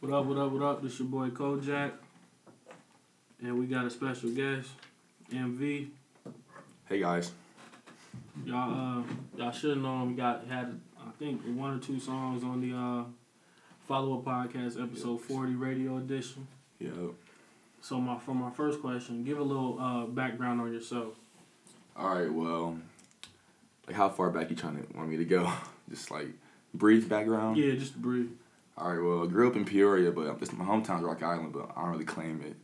What up, what up, what up? This your boy Kojak. And we got a special guest, MV. Hey guys. Y'all uh y'all should know him. He got had I think one or two songs on the uh follow up podcast episode forty radio edition. Yo. So my for my first question, give a little uh background on yourself. All right. Well, like how far back you trying to want me to go? Just like brief background. Yeah, just brief. All right. Well, I grew up in Peoria, but this my hometown's Rock Island, but I don't really claim it.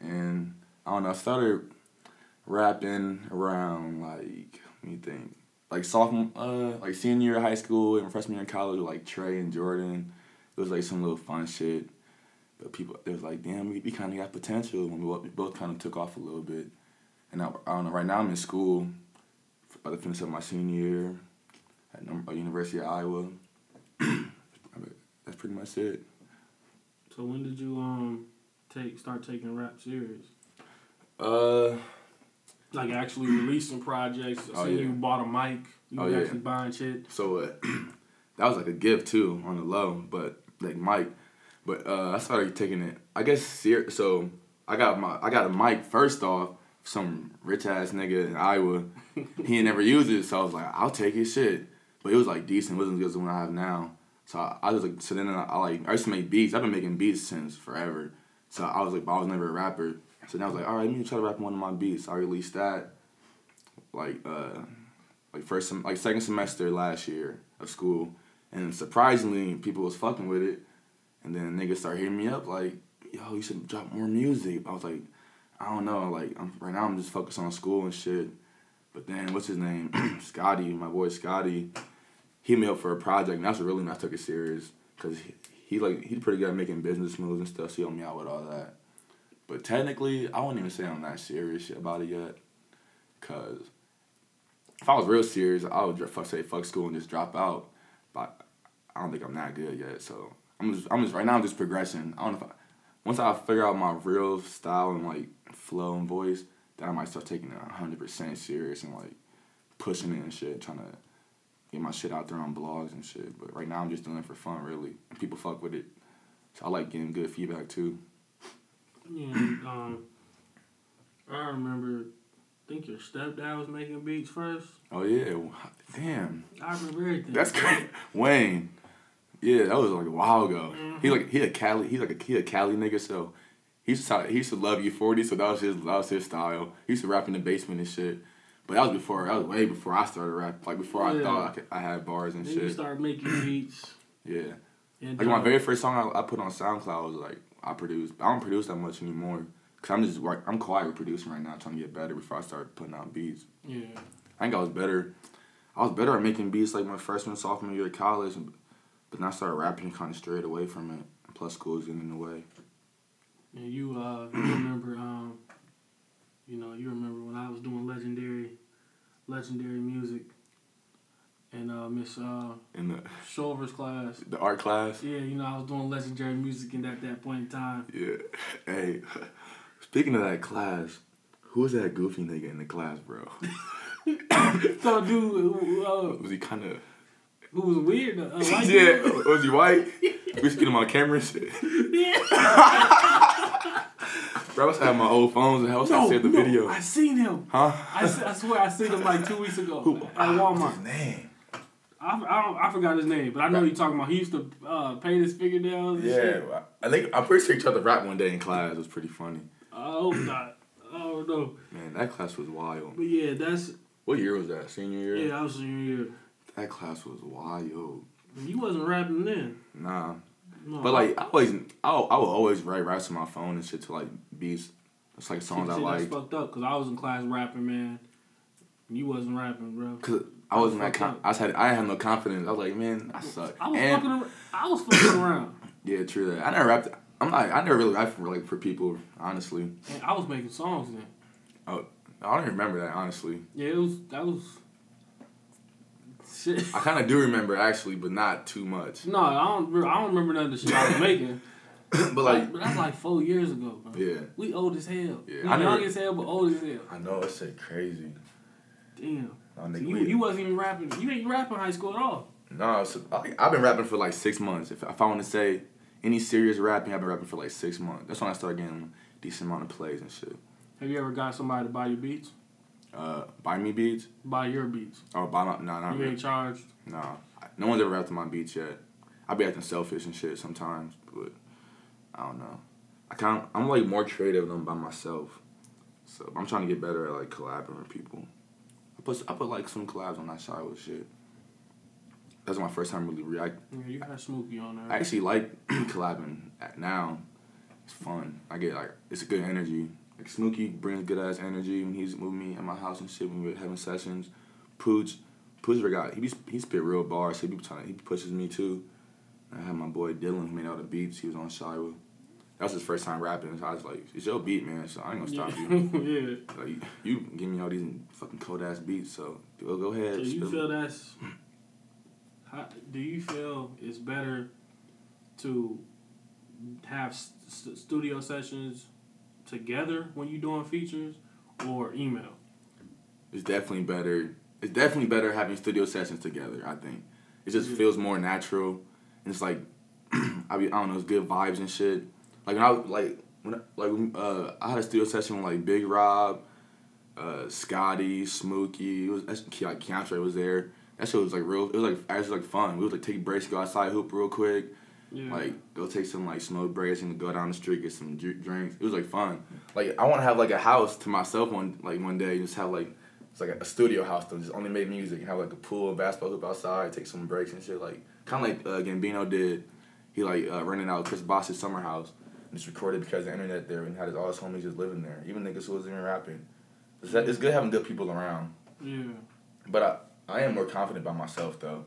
And I don't know. I started rapping around like let me think like sophomore, uh, like senior year of high school and freshman year in college with like Trey and Jordan. It was like some little fun shit. But people, they was like, damn, we, we kind of got potential. And we bo- we both kind of took off a little bit. And I, I don't know, right now I'm in school, about to finish up my senior year at Num- uh, University of Iowa. I mean, That's pretty much it. So when did you um take start taking rap serious? Uh, Like actually releasing projects. I Oh, seen yeah. you bought a mic. You Oh, was yeah. actually buying shit. So uh, that was like a gift too on the low, but like Mike, but uh, I started taking it. I guess ser- so. I got my I got a mic first off. Some rich ass nigga in Iowa, he had never used it, so I was like, I'll take his shit. But it was like decent, it wasn't as good as the one I have now. So I, I was like, so then I, I like I used to make beats. I've been making beats since forever. So I was like, but I was never a rapper. So then I was like, all right, let me try to rap one of my beats. I released that, like uh, like first sem- like second semester last year of school, and surprisingly, people was fucking with it, and then niggas started hitting me up like, "Yo, you should drop more music." I was like, "I don't know, like I'm, right now I'm just focused on school and shit." But then what's his name, Scotty, my boy Scotty, he hit me up for a project, and that's really when I took it serious, cause he, he like he's pretty good at making business moves and stuff. So he helped me out with all that. But technically, I wouldn't even say I'm that serious about it yet, cause if I was real serious, I would dr- fuck, say fuck school and just drop out. But I don't think I'm that good yet. So I'm just I'm just right now I'm just progressing. I don't know if I, once I figure out my real style and like flow and voice, then I might start taking it hundred percent serious and like pushing it and shit, trying to get my shit out there on blogs and shit. But right now I'm just doing it for fun, really, and people fuck with it. So I like getting good feedback too. Yeah, um, I remember. I think your stepdad was making beats first. Oh yeah, damn. I remember everything. That's great. Wayne. Yeah, that was like a while ago. He like he a Cali he like a he a Cali nigga, so he used to, he used to love you forty, so that was his that was his style. He used to rap in the basement and shit. But that was before that was way before I started rap. Like before I Yeah. thought I, could, I had bars and Then you shit. started making beats. yeah. And Like my uh, very first song I, I put on SoundCloud was like I produced. I don't produce that much anymore. Cause I'm just like I'm quiet with producing right now, trying to get better before I start putting out beats. Yeah. I think I was better. I was better at making beats like my freshman, sophomore year of college, but then I started rapping kind of straight away from it. Plus, school was getting in the way. And you, uh, you remember, um, you know, you remember when I was doing legendary, legendary music, and uh, Miss uh, In the Shulver's class. the art class, Yeah, you know, I was doing legendary music, and at that point in time, yeah. Hey, speaking of that class, who was that goofy nigga in the class, bro? so dude, who, uh, Was he kind of? who was weird, uh, like yeah. Was he white? we used to get him on camera and shit. yeah. Bro, I was having my old phones and I was No, no, the no, video. I seen him. Huh? I, s- I swear I seen him like two weeks ago at What's Walmart. his name? I, I, don't, I forgot his name, but I know who you talking about. He used to uh, paint his fingernails and Yeah, shit. I think I'm pretty sure he tried to rap one day in class. It was pretty funny. I hope not. I don't know. Man, that class was wild. But yeah, that's What year was that? Senior year? yeah. I was senior year. That class was wild. You wasn't rapping then. Uh-huh. Nah. No. But like I always I I would always write raps on my phone and shit to like beats. It's like songs I Shit, like. That's fucked up because I was in class rapping, man. You wasn't rapping, bro. Cause I wasn't that Fucked con- up. I just had I had no confidence. I was like, man, I suck. I was and fucking. Ar- I was fucking around, yeah, true that. I never rapped. I'm not. I never really rapped for like for people. Honestly, and I was making songs then. I don't even remember that. Honestly, Yeah, it was that was. Shit. I kind of do remember actually, but not too much. No, I don't. Re- I don't remember none of the shit I was making. but like, Like, but that's like four years ago, bro. yeah, We old as hell. Yeah, we I never- young as hell, but old as hell. I know it's shit crazy. Damn. I So think you we- you wasn't even rapping. You ain't rapping high school at all. No, so, I, I've been rapping for like six months. If, if I want to say, any serious rapping. I've been rapping for like six months. That's when I started getting a decent amount of plays and shit. Have you ever got somebody to buy your beats? Uh, buy me beats. Buy your beats. Oh, buy my nah, not You really. ain't charged. Nah, I- no one's ever rapped to my beats yet. I be acting selfish and shit sometimes, but I don't know. I kind of I'm like more creative than by myself, so I'm trying to get better at like collaborating with people. I put I put like some collabs on that side with shit. That's my first time really react. Yeah, you had Smokey on I there. actually like collabing at now. It's fun. I get like it's a good energy. Like Snooki brings good ass energy when he's with me at my house and shit when we're having sessions. Pooch, Pooch forgot he be, he spit real bars. He be trying he pushes me too. I had my boy Dylan who made all the beats. He was on Shiloh. That was his first time rapping. So I was like, it's your beat, man. So I ain't gonna stop you. yeah. Like you give me all these fucking cold ass beats. So go go ahead. Do you spit 'em. feel that's? How, do you feel it's better to have st- studio sessions together when you're doing features or email? It's definitely better. It's definitely better having studio sessions together. I think it just Mhm. feels more natural, and it's like I be I don't know, it's good vibes and shit. Like when I like when I- like when, uh I had a studio session with like Big Rob, uh Scotty, Smokey. It was that's, Ke- like Keontre was there. That shit was like real. It was like actually like fun. We would like take breaks, go outside, hoop real quick. Yeah. Like go take some like smoke breaks and go down the street get some dr- drinks. It was like fun. Like I want to have like a house to myself one like one day. Just have like it's like a studio house to just only make music and have like a pool and basketball hoop outside. Take some breaks and shit. Like kind of like uh, Gambino did. He like uh, rented out Chris Boss's summer house and just recorded because the internet there and had his all his homies just living there. Even niggas who wasn't even rapping. It's, that, it's good having good people around. yeah. But I, I am more confident by myself though.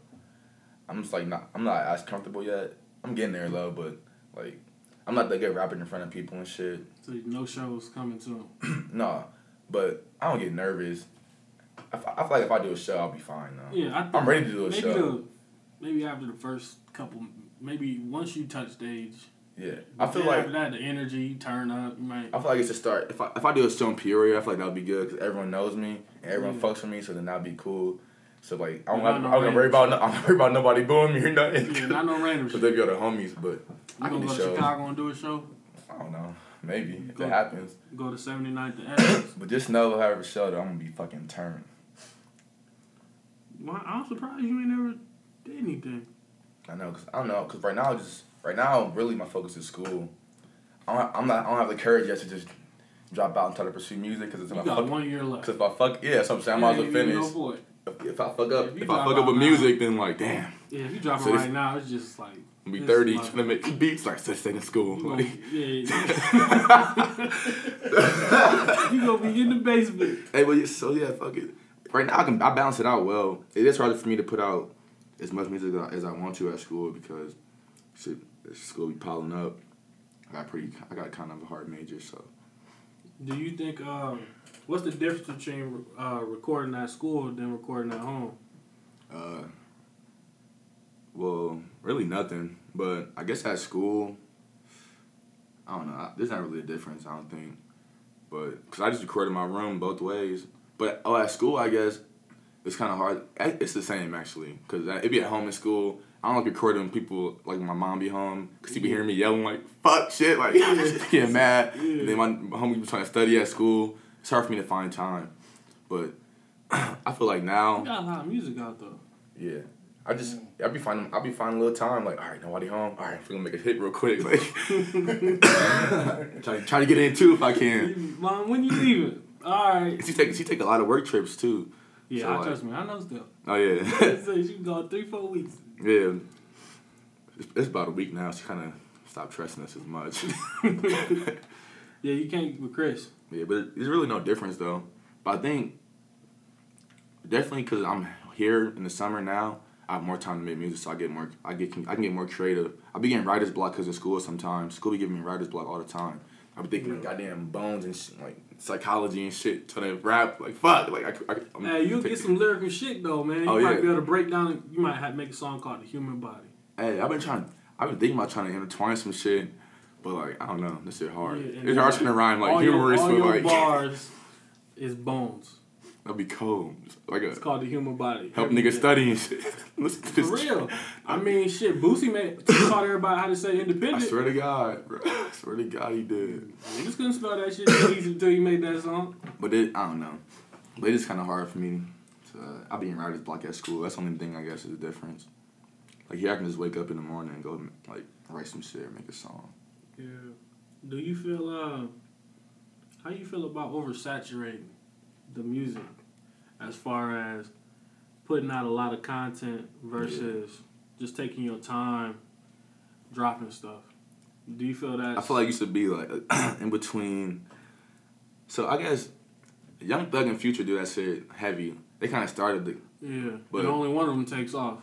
I'm just like not I'm not as comfortable yet. I'm getting there though, but like I'm not that good rapping in front of people and shit. So no shows coming soon. Nah, but I don't get nervous. I, f- I feel like if I do a show, I'll be fine though. Yeah, I think I'm ready to do a maybe show. the, maybe after the first couple, maybe once you touch stage. yeah, I feel then like after that the energy you turn up. You might. I feel like it's a start. If I if I do a show in Peoria, I feel like that'll be good because everyone knows me and everyone Yeah. fucks with me, so then that'd be cool. So like I don't, You're have, not I don't no gotta worry about no, I'm not worried about nobody booing me or nothing. yeah, not no random Cause shit. they You be all the homies, but I can gonna do go to shows. Chicago and do a show? I don't know. Maybe if Go- it happens. Go to 79th and Adams? But just know, however, show that I'm gonna be fucking turned. Why I'm surprised you ain't never did anything. I know, cause I don't know, cause right now, just right now, really, my focus is school. I don't, I'm not. I don't have the courage yet to just drop out and try to pursue music, cause it's You my got fuck. one year left. Cause if I fuck, yeah, so I'm saying I might as well Yeah, you can go finish. for it. If, if I fuck up, If if, you I drop fuck up out with now- music, then like, damn, Yeah, if you drop So it this- right now, it's just like I'm gonna be It's thirty like- trying to make beats like since in school. you gonna, Like, yeah, yeah. you gonna be in the basement. Hey, but yeah, so yeah, fuck it. Right now, I can I balance it out well. It is harder for me to put out as much music as I- as I want to at school because shit, school be piling up. I got pretty, I got kind of a hard major, so Do you think um, what's the difference between uh, recording at school than recording at home? uh, well, really nothing. But I guess at school, I don't know. I- There's not really a difference, I don't think. But because I just record in my room both ways. But oh, at school, I guess it's kind of hard. I- It's the same actually, because it'd be at home in school. I don't like recording when people like my mom be home because she be hearing me yelling like "fuck shit" like getting mad. And then my my homie be trying to study at school. It's hard for me to find time, but I feel like now You got a lot of music out though. yeah. I just I'll be finding I'll be finding a little time like all right nobody home all right we're gonna make a hit real quick like try, try to get in too if I can. You- Mom, when you leaving? All right. She take she take a lot of work trips too. Yeah, So, I like- trust me. I know still. Oh yeah, so you can go three, four weeks. yeah. It's, it's about a week now. She kind of stopped trusting us as much. Yeah, you can't with Chris. Yeah, but there's really no difference though. But I think definitely because I'm here in the summer now, I have more time to make music, so I get more. I get I can get more creative. I be getting writer's block because of school sometimes. School be giving me writer's block all the time. I be thinking Yeah. goddamn bones and shit, like psychology and shit, trying to rap like fuck. Like I, I, I'm Hey, you'll get some lyrical shit though, man. You Oh, might yeah. be able to break down. You might have, make a song called "The Human Body." Hey, I've been trying. I've been thinking about trying to intertwine some shit, but like I don't know. This shit hard. Yeah, and it's hard to rhyme like all your, humorous all with your like. bars is bones. That'd be cold. Like a It's called the human body. help Every niggas day. study and shit. Listen to For this. real. I mean, shit, Boosie made taught everybody how to say I independent. swear to God, bro. I swear to God, he did. Niggas couldn't spell that shit till he- until he made that song. But it, I don't know. But it's kind of hard for me. To, I be in writer's block at school. That's the only thing I guess is the difference. Like here, I can just wake up in the morning and go like write some shit or make a song. Yeah. Do you feel uh how you feel about oversaturating the music as far as putting out a lot of content versus just taking your time dropping stuff? Do you feel that I feel like you should be like in between. So I guess Young Thug and Future do that shit heavy. They kind of started the Yeah. But But- only one of them takes off.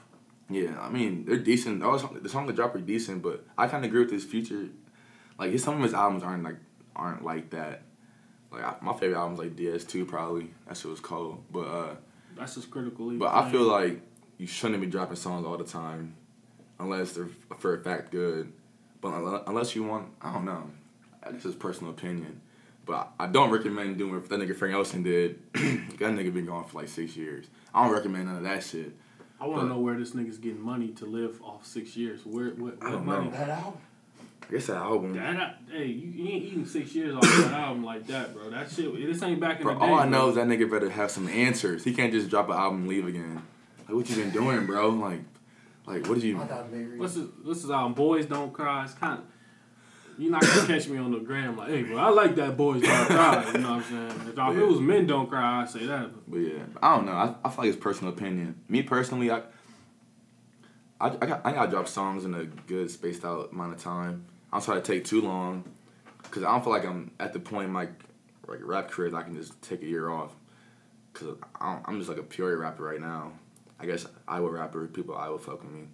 Yeah, I mean they're decent. All the song- the song they drop are decent, but I kind of agree with his future. Like his some of his albums aren't like aren't like that. Like I, my favorite albums like DS two probably that shit was cold. But uh, That's just critical. but I feel like you shouldn't be dropping songs all the time, unless they're for a fact good. But unle- unless you want, I don't know. That's just personal opinion. But I I don't recommend doing what that nigga Frank Ocean did. that nigga been gone for like six years. I don't recommend none of that shit. I want to but- know where this nigga's getting money to live off six years. Where what, I what don't money? know. I guess that album. That I, hey, you, you ain't eating six years off that album like that, bro. That shit, this ain't back in Bro, the day. all I bro. know is that nigga better have some answers. He can't just drop an album and leave again. Like, what you been doing, bro? Like, like what did you? I got married. What's this? This is um, boys don't cry. It's kind of you're not gonna catch me on the gram like, hey, bro, I like that boys don't cry. You know what I'm saying? If, I- if it was men don't cry, I'd say that. But But yeah, I don't know. I, I feel like it's personal opinion. Me personally, I, I, I got I gotta drop songs in a good spaced out amount of time. I don't try to take too long, cause I don't feel like I'm at the point in my like rap career that I can just take a year off, cause I don't, I'm just like a pure rapper right now. I guess Iowa rapper people Iowa fuck with me.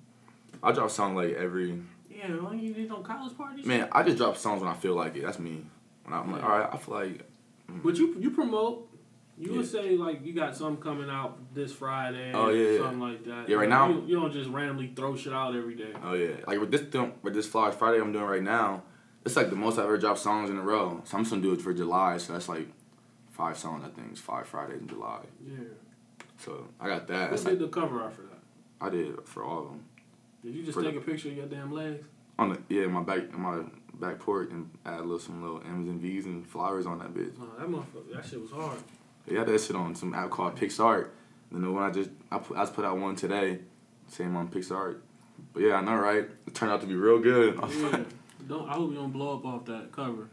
I drop songs like every yeah, well, you did on college parties. Man, I just drop songs when I feel like it. That's me. When I'm like, all right, I feel like But you you promote. You would Yeah. say like you got something coming out this Friday. Oh, yeah, yeah. something like that. Yeah, right now- you, you don't just randomly throw shit out every day. Oh yeah, like with this film, with this Flower Friday I'm doing right now, it's like the most I've ever dropped songs in a row. So I'm just gonna do it for July. So that's like five songs I think. It's five Fridays in July. Yeah, So I got that. who That's like, did the cover art for that? I did for all of them. Did you just For take a picture of your damn legs? On the yeah, my back my back porch and add little some little M's and V's and flowers on that bitch. No, that motherfucker, that shit was hard. They had that shit on some app called Pixart. And the one I just I put, I just put out one today, same on Pixart. But yeah, I know right. It turned out to be real good. I was like, Yeah, don't. I hope you don't blow up off that cover,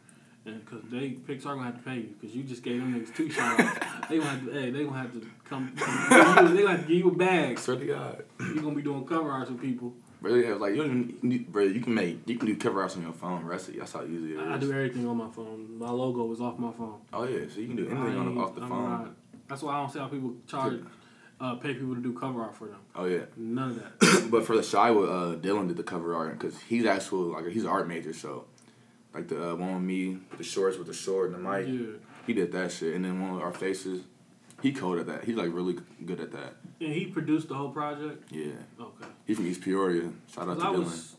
and cause they Pixar gonna have to pay you, cause you just gave them niggas two shots. they gonna have to, hey, they gonna have to come. come they gonna have to give you a I bag. swear to God. You gonna be doing cover arts with people. Bro, yeah, like you don't even need, bro, you can make you can do cover ups on your phone, bro. That's, that's how easy it is. I, I do everything on my phone. My logo was off my phone. Oh yeah, so you can do anything I on, ain't- off the I'm phone. not- that's why I don't see how people charge, uh, pay people to do cover art for them. Oh yeah, None of that. but for the shy, uh, Dylan did the cover art because he's actual like he's an art major, so like the uh, one with me, the shorts with the sword and the mic, yeah, he did that shit, and then one with our faces, he coded that. He's like really good at that. and he produced the whole project. Yeah, Okay. he's from East Peoria. Shout out Cause to I Dylan. was,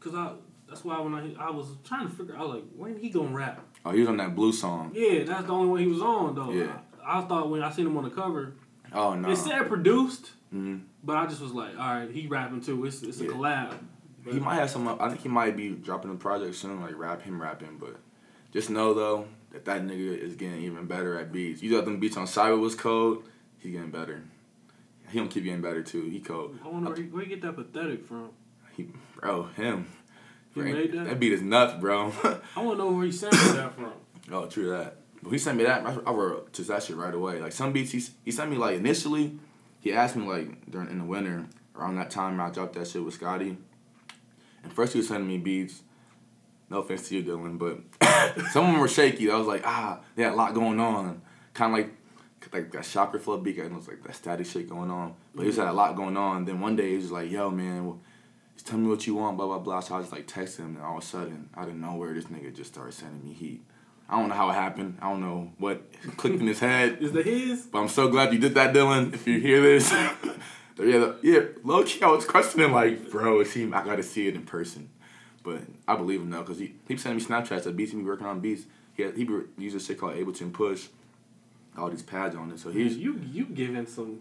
cause I. That's why when I I was trying to figure out like when he gonna rap. Oh, he was on that blue song. Yeah, that's the only one he was on though. Yeah. I, I thought when I seen him on the cover, Oh no, it said produced, Mhm. but I just was like, all right, he rapping too. It's it's a Yeah. collab. He might have some. I think he might be dropping a project soon, like rap him rapping. But just know though that that nigga is getting even better at beats. You thought them beats on Cyber was cold. He getting better. He don't keep getting better too. He cold. I wonder where you, where you get that pathetic from. He bro him. He Right? made that? beat is nuts, bro. I want to know where he sampled that from. oh, true that. But he sent me that. I, I wrote just that shit right away. Like some beats, he s- he sent me like initially. He asked me like during in the winter around that time I dropped that shit with Scotty. And first he was sending me beats. No offense to you, Dylan, but some of them were shaky. I was like, ah, they had a lot going on. Kind of like like that shocker flow beat, and it was like that static shit going on. But he was had a lot going on. Then one day he was like, yo, man, just tell me what you want, blah blah blah. So I was like texting him, and all of a sudden, out of nowhere, this nigga just started sending me heat. I don't know how it happened. I don't know what clicked in his head. Is that his? But I'm so glad you did that, Dylan. If you hear this, yeah, the- yeah, low key, I was questioning like, bro, is he? I gotta see it in person. But I believe him now because he he sent me Snapchats of beats he be working on beats. He had, he be using shit called Ableton Push, all these pads on it. So You he's you, you giving some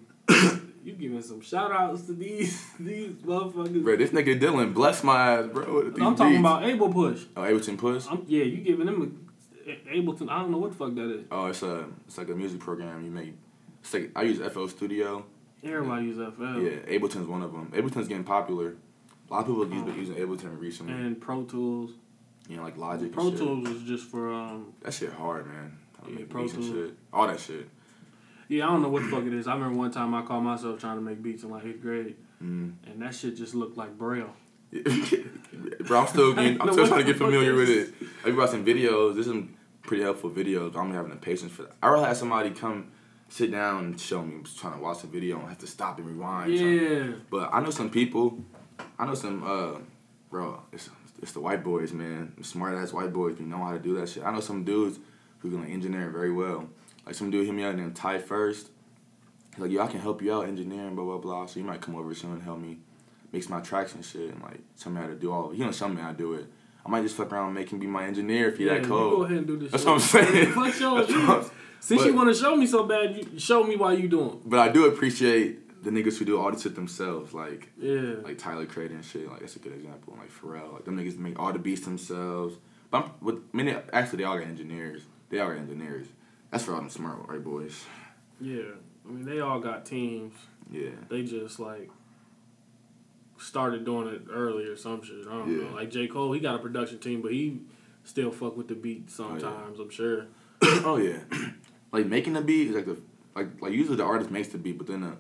you giving some shout outs to these these motherfuckers. bro. This nigga Dylan, bless my ass, bro. with these I'm talking beats. about Able Push. oh Ableton Push. I'm, yeah, you giving them a, a- Ableton. I don't know what the fuck that is. Oh, it's a it's like a music program you make. It's like I use FL Studio. Everybody uses FL Yeah, Ableton's one of them. Ableton's getting popular. A lot of people Oh. have been using Ableton recently. and Pro Tools. you know, like Logic. Pro and shit. Tools is just for um. That shit hard, man. I Yeah, make Pro beats and Tools. shit. All that shit. Yeah, I don't know what the fuck it is. I remember one time I called myself trying to make beats in like eighth grade, Mm. and that shit just looked like braille. Bro, I'm still getting, I'm No, still what trying to the get fuck familiar is with it. I brought some videos. There's some pretty helpful videos. I'm having the patience for that. I rather have somebody come sit down and show me. I'm just trying to watch the video and have to stop and rewind. Yeah, But I know some people. I know some. uh Bro, it's it's the white boys, man. Smart ass white boys. You know how to do that shit. I know some dudes who can like, engineer very well. Like some dude hit me up named Ty First. He's like, yo, I can help you out engineering, blah blah blah. So you might come over soon and help me mix my tracks and shit, and like tell me how to do all. of it. He don't tell me how to do it. I might just fuck around and make him be my engineer if he yeah. that you go cold. ahead and do this. That's shit. what I'm saying. Fuck your That's what I'm- ideas. Since you but- want to show me so bad, you show me why you doing. But I do appreciate the niggas who do all this shit themselves. Like it. Yeah. like Tyler Crater and shit. Like that's a good example. Like Pharrell, like them niggas make all the beats themselves. But I'm, with I mean, they- actually, they all got engineers. They all got engineers. That's for all them smart right boys. Yeah, I mean they all got teams. Yeah, They just like started doing it early or some shit. I don't Yeah. know. Like J Cole, he got a production team, but he still fuck with the beat yeah. sometimes. I'm sure. oh yeah, like making the beat is like the like like usually the artist makes the beat, but then the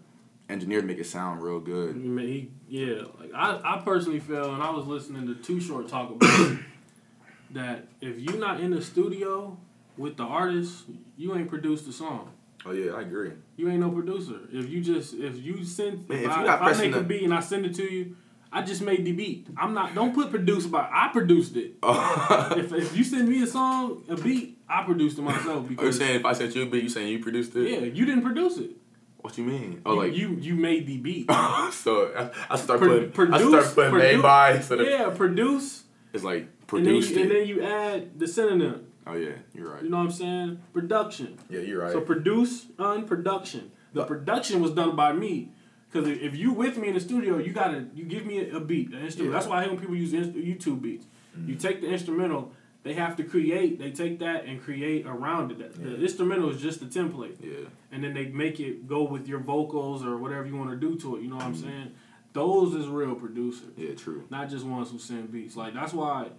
engineer make it sound real I good. mean, he yeah. Like I, I personally feel, and I was listening to Too Short talk about it, that if you're not in the studio with the artist, you ain't produced the song. Oh yeah, I agree. You ain't no producer. If you just if you send Man, if, if I, you not if I pressing make a the- beat and I send it to you, I just made the beat. I'm not don't put produced by I produced it. Oh, if, if you send me a song, a beat, I produced it myself are you because saying if I sent you a beat, you saying you produced it? yeah, you didn't produce it. What you mean? Oh you, like. you you made the beat. so I, I start Pro- putting I produce- start putting produ- made by instead of yeah, produce it's like and then, produced you, and it. then you add the synonym. oh yeah, you're right. You know what I'm saying? Production. Yeah, you're right. So produce on production. The production was done by me. Cause if if you with me in the studio, you gotta you give me a, a beat, an instrument. Yeah. Mm. That's why I hate when people use inst- YouTube beats. You take the instrumental, they have to create. They take that and create around it. The- The instrumental is just the template, yeah. and then they make it go with your vocals or whatever you want to do to it. You know what Mm-hmm. I'm saying? Those is real producers Yeah, true. not just ones who send beats. Like that's why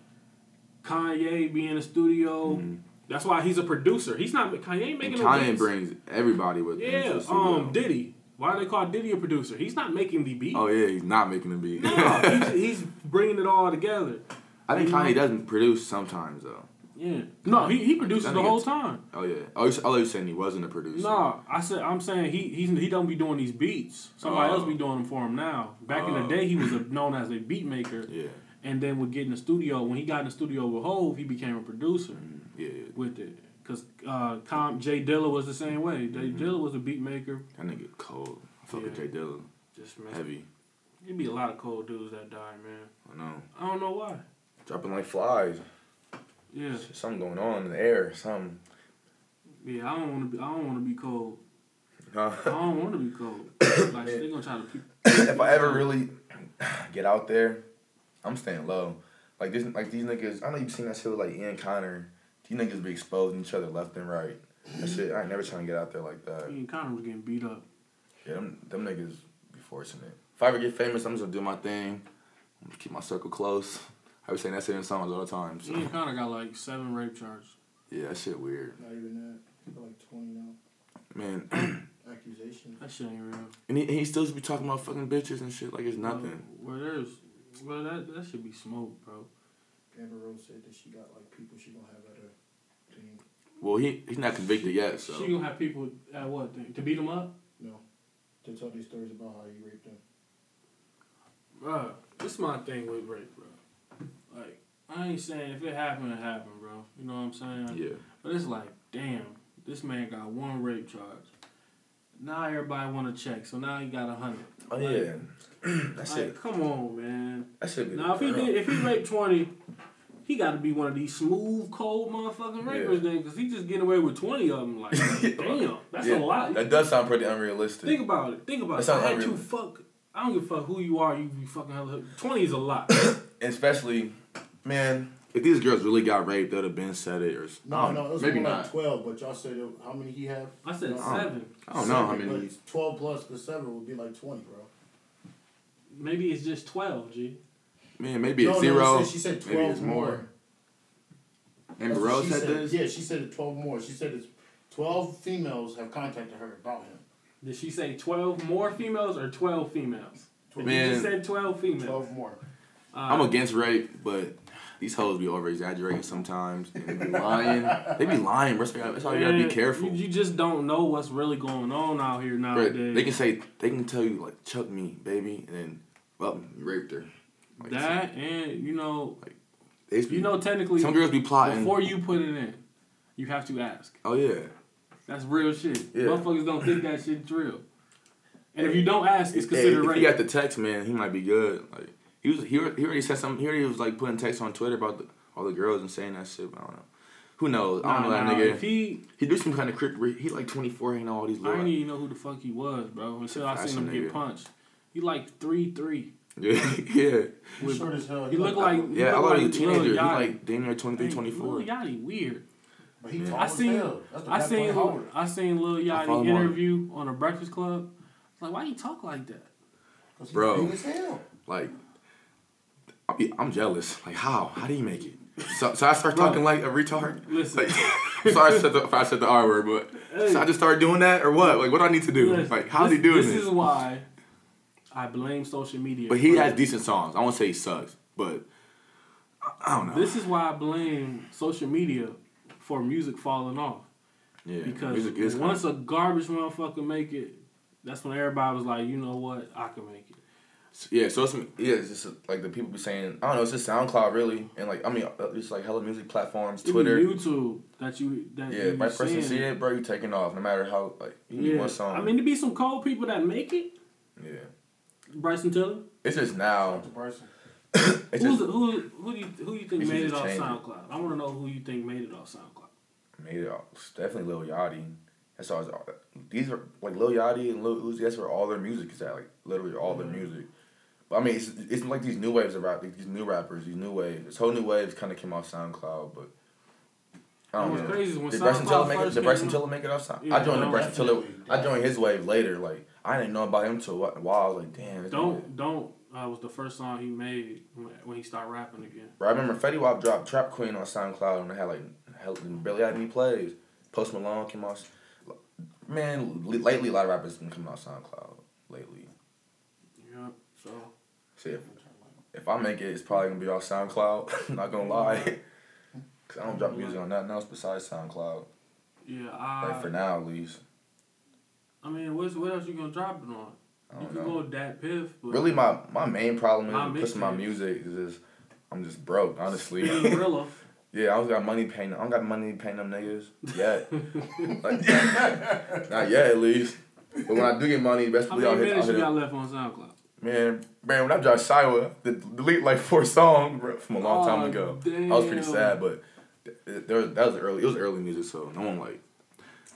Kanye be in the studio. That's why he's a producer. He's not Kanye ain't And making no Mm-hmm. Kanye beats. brings everybody with him. to yeah, the studio. um, Diddy. Why do they call Diddy a producer? He's not making the beat. oh yeah, he's not making a beat. no, he's, he's bringing it all together. I think you know- Kanye doesn't produce sometimes though. Yeah. No, he, he produces That the nigga- whole time. Oh yeah. Oh, you, s- oh, you saying he wasn't a producer? No, I said I'm saying he he's, he don't be doing these beats. Somebody Oh. else be doing them for him now. Back in Oh. the day, he was a, known as a beat maker, Yeah. and then would get in the studio. When he got in the studio with Hove, he became a producer. Mm, Yeah. with it. Cause uh, Com- Jay Dilla was the same way. Jay Mm-hmm. Dilla was a beat maker. That nigga cold. I fuck with Yeah. Jay Dilla. Just man, Heavy. it'd be a lot of cold dudes that died, man. I know. I don't know why. Dropping like flies. Yeah, Something going on in the air. Something. yeah. I don't want to be. I don't want to be cold. I Huh? don't want to be cold. Like they're gonna try to. Pe- if I ever really get out there, I'm staying low. Like this, like these niggas. I know you've seen that shit with like Ian Connor. These niggas be exposing each other left and right. That shit. I ain't never trying to get out there like I that. mean, Connor was getting beat up. Yeah, them, them niggas be forcing it. If I ever get famous, I'm just gonna do my thing. I'm gonna keep my circle close. I be saying that shit in songs all the time. So. He and Connor got like seven rape charges. Yeah, that shit weird. Not even that. Like 20 now. Man, Accusations. That shit ain't real. and he, he still be talking about fucking bitches and shit like it's nothing. Where there's, well that that should be smoke, bro. Amber Rose said that she got like people she gonna have at her team. Well, he he's not convicted yet, so. She gonna have people at what thing to beat them up, No. To tell these stories about how you raped them. bro. This my thing with rape, bro. Like I ain't saying if it happened, it happened, bro. You know what I'm saying? Yeah. But it's like, damn, this man got one rape charge. Now everybody want to check, so now he got a hundred. Oh Like- yeah. that Like, come on, man. That shit. Now if he did, if he raped twenty, he got to be one of these smooth, cold motherfucking rappers then, because he just getting away with twenty of them. Like, damn, that's a Yeah, lot. That does sound pretty unrealistic. Think about it. Think about it. That I sounds had to unreal. fuck. I don't give a fuck who you are. You be fucking hella. Twenty is a lot. Especially, man. If these girls really got raped, that'd have been said it or s- I no. don't no, know. it was Maybe more not. like twelve. But y'all said it- how many he have? I said No. seven. I don't know. I Seven, but mean, it's twelve plus the seven would be like twenty, bro. Maybe it's just twelve. G. man, maybe it's no, zero. No, she said twelve maybe it's more. more. And That's what Rose she said said this. Yeah, she said it twelve more. She said it's twelve females have contacted her about him. Did she say twelve more females or twelve females? If you Man. just said twelve females. Twelve more. I'm against rape, but these hoes be over exaggerating sometimes. and They be lying. they be lying. bro. That's why you gotta be Man, careful. You, you just don't know what's really going on out here Bro, nowadays. they can say they can tell you like chuck me, baby, and then well, you raped her. Like, that and you know, they just be- you know technically some girls be plotting. before you put it in, you have to ask. oh yeah, That's real shit. Yeah. Motherfuckers don't think that shit's real. And if you don't ask, it's Hey, considered if rape. he got the text, man, he might be good. Like he was, he, al- he already said something. He already was like putting text on Twitter about the, all the girls and saying that shit. But I don't know. Who knows? I Nah, don't know that nah, nigga. If He, he, do some kind of crypt. Re- he like 24, ain't know all these I little. didn't even know who the fuck he was, bro. Until I seen him Fascinating. get punched. He like three three. yeah, yeah, He's With- short as hell. He looked like he yeah. I looked thought he like was a teenager. Lil He Yachty. like damn near 23, Hey, 24. Lil Yachty weird. But he Yeah. tall I as seen- hell. That's the I bad seen part. Lil, I seen Lil I follow Yachty him on- interview on a Breakfast Club. It's like, why you talk like that? 'Cause he Bro. big as hell. Like, I be, I'm jealous. Like, how? How do you make it? So, so I start Bro. talking like a retard. Listen, Like, sorry, I said the, if I said the R word, but should I just start doing that or what? Like, what do I need to do? listen, like, how's this, he doing this? this? is why I blame social media. But he for- has decent songs. I won't say he sucks, but I- I don't know. This is why I blame social media for music falling off. yeah, Because music is once a garbage motherfucker make it, that's when everybody was like, you know what, I can make it. yeah. So it's yeah, it's just like the people be saying. I don't know. It's just SoundCloud really, and like I mean, uh, it's like hella music platforms, It be Twitter. YouTube that you that Yeah, you if right person seeing. see it, bro, you taking off. No matter how like you need Yeah, one song. I mean, there be some cold people that make it. yeah, Bryson Tiller. it's just now. Dr. Bryson. It's Who's, just who who do you who you think You should made it just off change it. SoundCloud? I want to know who you think made it off SoundCloud. made it. Off. It's definitely Lil Yachty. That's all. These are like Lil Yachty and Lil Uzi. That's where all their music is at. Like literally all Mm-hmm. their music. But I mean, it's, it's like these new waves of rap. Like, these new rappers, these new waves. This whole new wave kind of came off SoundCloud, but. I And don't what's know. crazy is when did Bryson SoundCloud Tiller make it? first Did Bryson came Tiller make it off Sound? Yeah, I joined the no, Bryson Tiller. definitely. I joined his wave later. Like I didn't know about him till a while. I was like, damn. this nigga- Don't don't uh, was the first song he made when, when he started rapping again. Bro, I remember Fetty Wap dropped Trap Queen on SoundCloud and it had like hell, barely had any plays. Post Malone came off. Man, l- lately a lot of rappers been coming off SoundCloud lately. Yeah, so See, if, if I make it, it's probably gonna be off SoundCloud. I'm not gonna lie, cause I don't drop music on nothing else besides SoundCloud. yeah, Like for I now, at least. I mean, what's what else you gonna drop it on? I You don't can go know. Dat Piff, but Really, my my main problem My is with my mixtapes. music is just I'm just broke, honestly. Big Gorilla. Yeah, I don't got money paying. I don't got money paying them niggas yet. Like, not yet, at least. But when I do get money, best How believe I'll many hit. minutes I'll you hit got up. left on SoundCloud? Man, man, when I dropped Shiwa, the delete like four songs bro, from a long Aw, time ago. I was pretty damn. sad, but th- th- there was, that was early. It was early music, so no one like.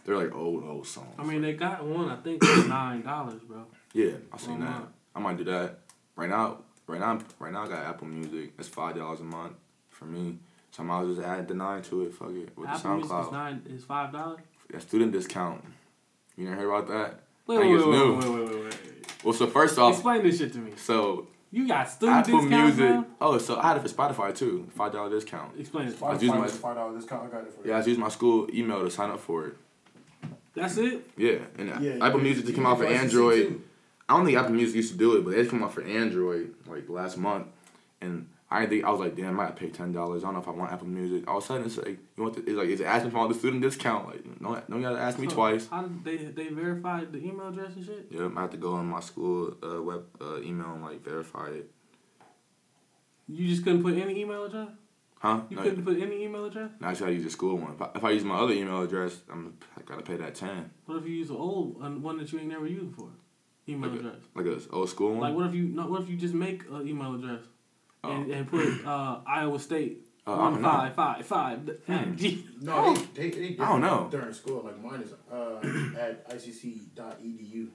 They're like old old songs. I mean, they got one. I think for nine dollars, bro. yeah, I've seen Online. that. I might do that right now. Right now, right now I got Apple Music. That's five dollars a month for me. So I might as well just add the nine to it. Fuck it with Apple the Music SoundCloud. is nine is five dollars. a student discount. You never heard about that? Wait, I wait, think wait, it's wait, new. Oh. wait, wait, wait, wait. Well, so first off, Explain this shit to me. so You got student Apple discount, Music. bro? Oh, so I had it for Spotify too, five dollar discount. Explain it. to me. was using Spotify my- was five dollars discount. I got it for Yeah, I that. just used my school email to sign up for it. That's it. Yeah, and Yeah, Apple yeah, Music you just came can out for do licensing, Android. too. I don't think Apple Music used to do it, but they just came out for Android like last month, and. I didn't think I was like, damn, I gotta pay ten dollars. I don't know if I want Apple Music. All of a sudden, it's like, you want the, it's like, it's asking for all the student discount. Like, no, no, you gotta ask me So, twice. How did they they verified the email address and shit? Yep, I have to go on my school uh, web uh, email and like verify it. You just couldn't put any email address. Huh? You no, couldn't put any email address. no, I just gotta use the school one. If I, if I use my other email address, I'm I gotta pay that ten. What if you use an old one one that you ain't never used before? Email Okay. address. Like a s- old school one. Like what if you no? What if you just make an email address and, and put uh, Iowa State Uh, I One, don't know. five, five, five. th- No, they, they, they did I don't know. during school. Like mine is uh, at icc.edu. E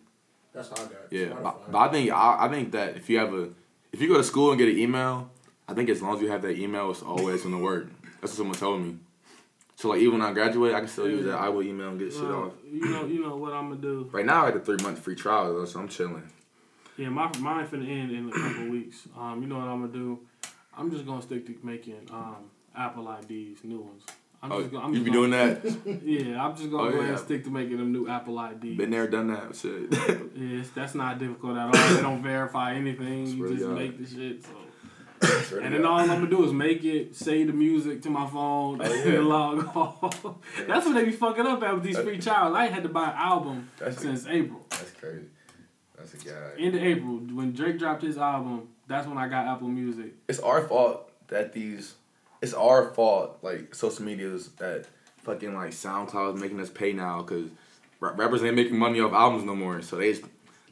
That's how I got. Yeah, Spotify. but, but I think I, I think that if you have a if you go to school and get an email, I think as long as you have that email, it's always gonna work. That's what someone told me. So like even when I graduate, I can still use that I will email and get shit off. Well, you know, you know what I'm gonna do. Right now, I had a three month free trial though, so I'm chilling. Yeah, my mine finna end in a couple weeks. Um, you know what I'm gonna do? I'm just gonna stick to making um Apple IDs, new ones. I'm Oh, just gonna, I'm you just be gonna, doing that? Yeah, I'm just gonna Oh, go ahead and yeah. stick to making them new Apple IDs. Been there, done that. Shit. Yes, that's not difficult at all. they don't verify anything. You Swear to just God. make the shit. So. And then all I'm gonna do is make it, save the music to my phone, Oh, yeah. and log off. That's what they be fucking up at with these free trials. I had to buy an album That's- since April. That's crazy. That's a guy. End of April, when Drake dropped his album, that's when I got Apple Music. It's our fault that these. It's our fault, like social media's that fucking like SoundCloud's making us pay now because rappers ain't making money off albums no more, so they just,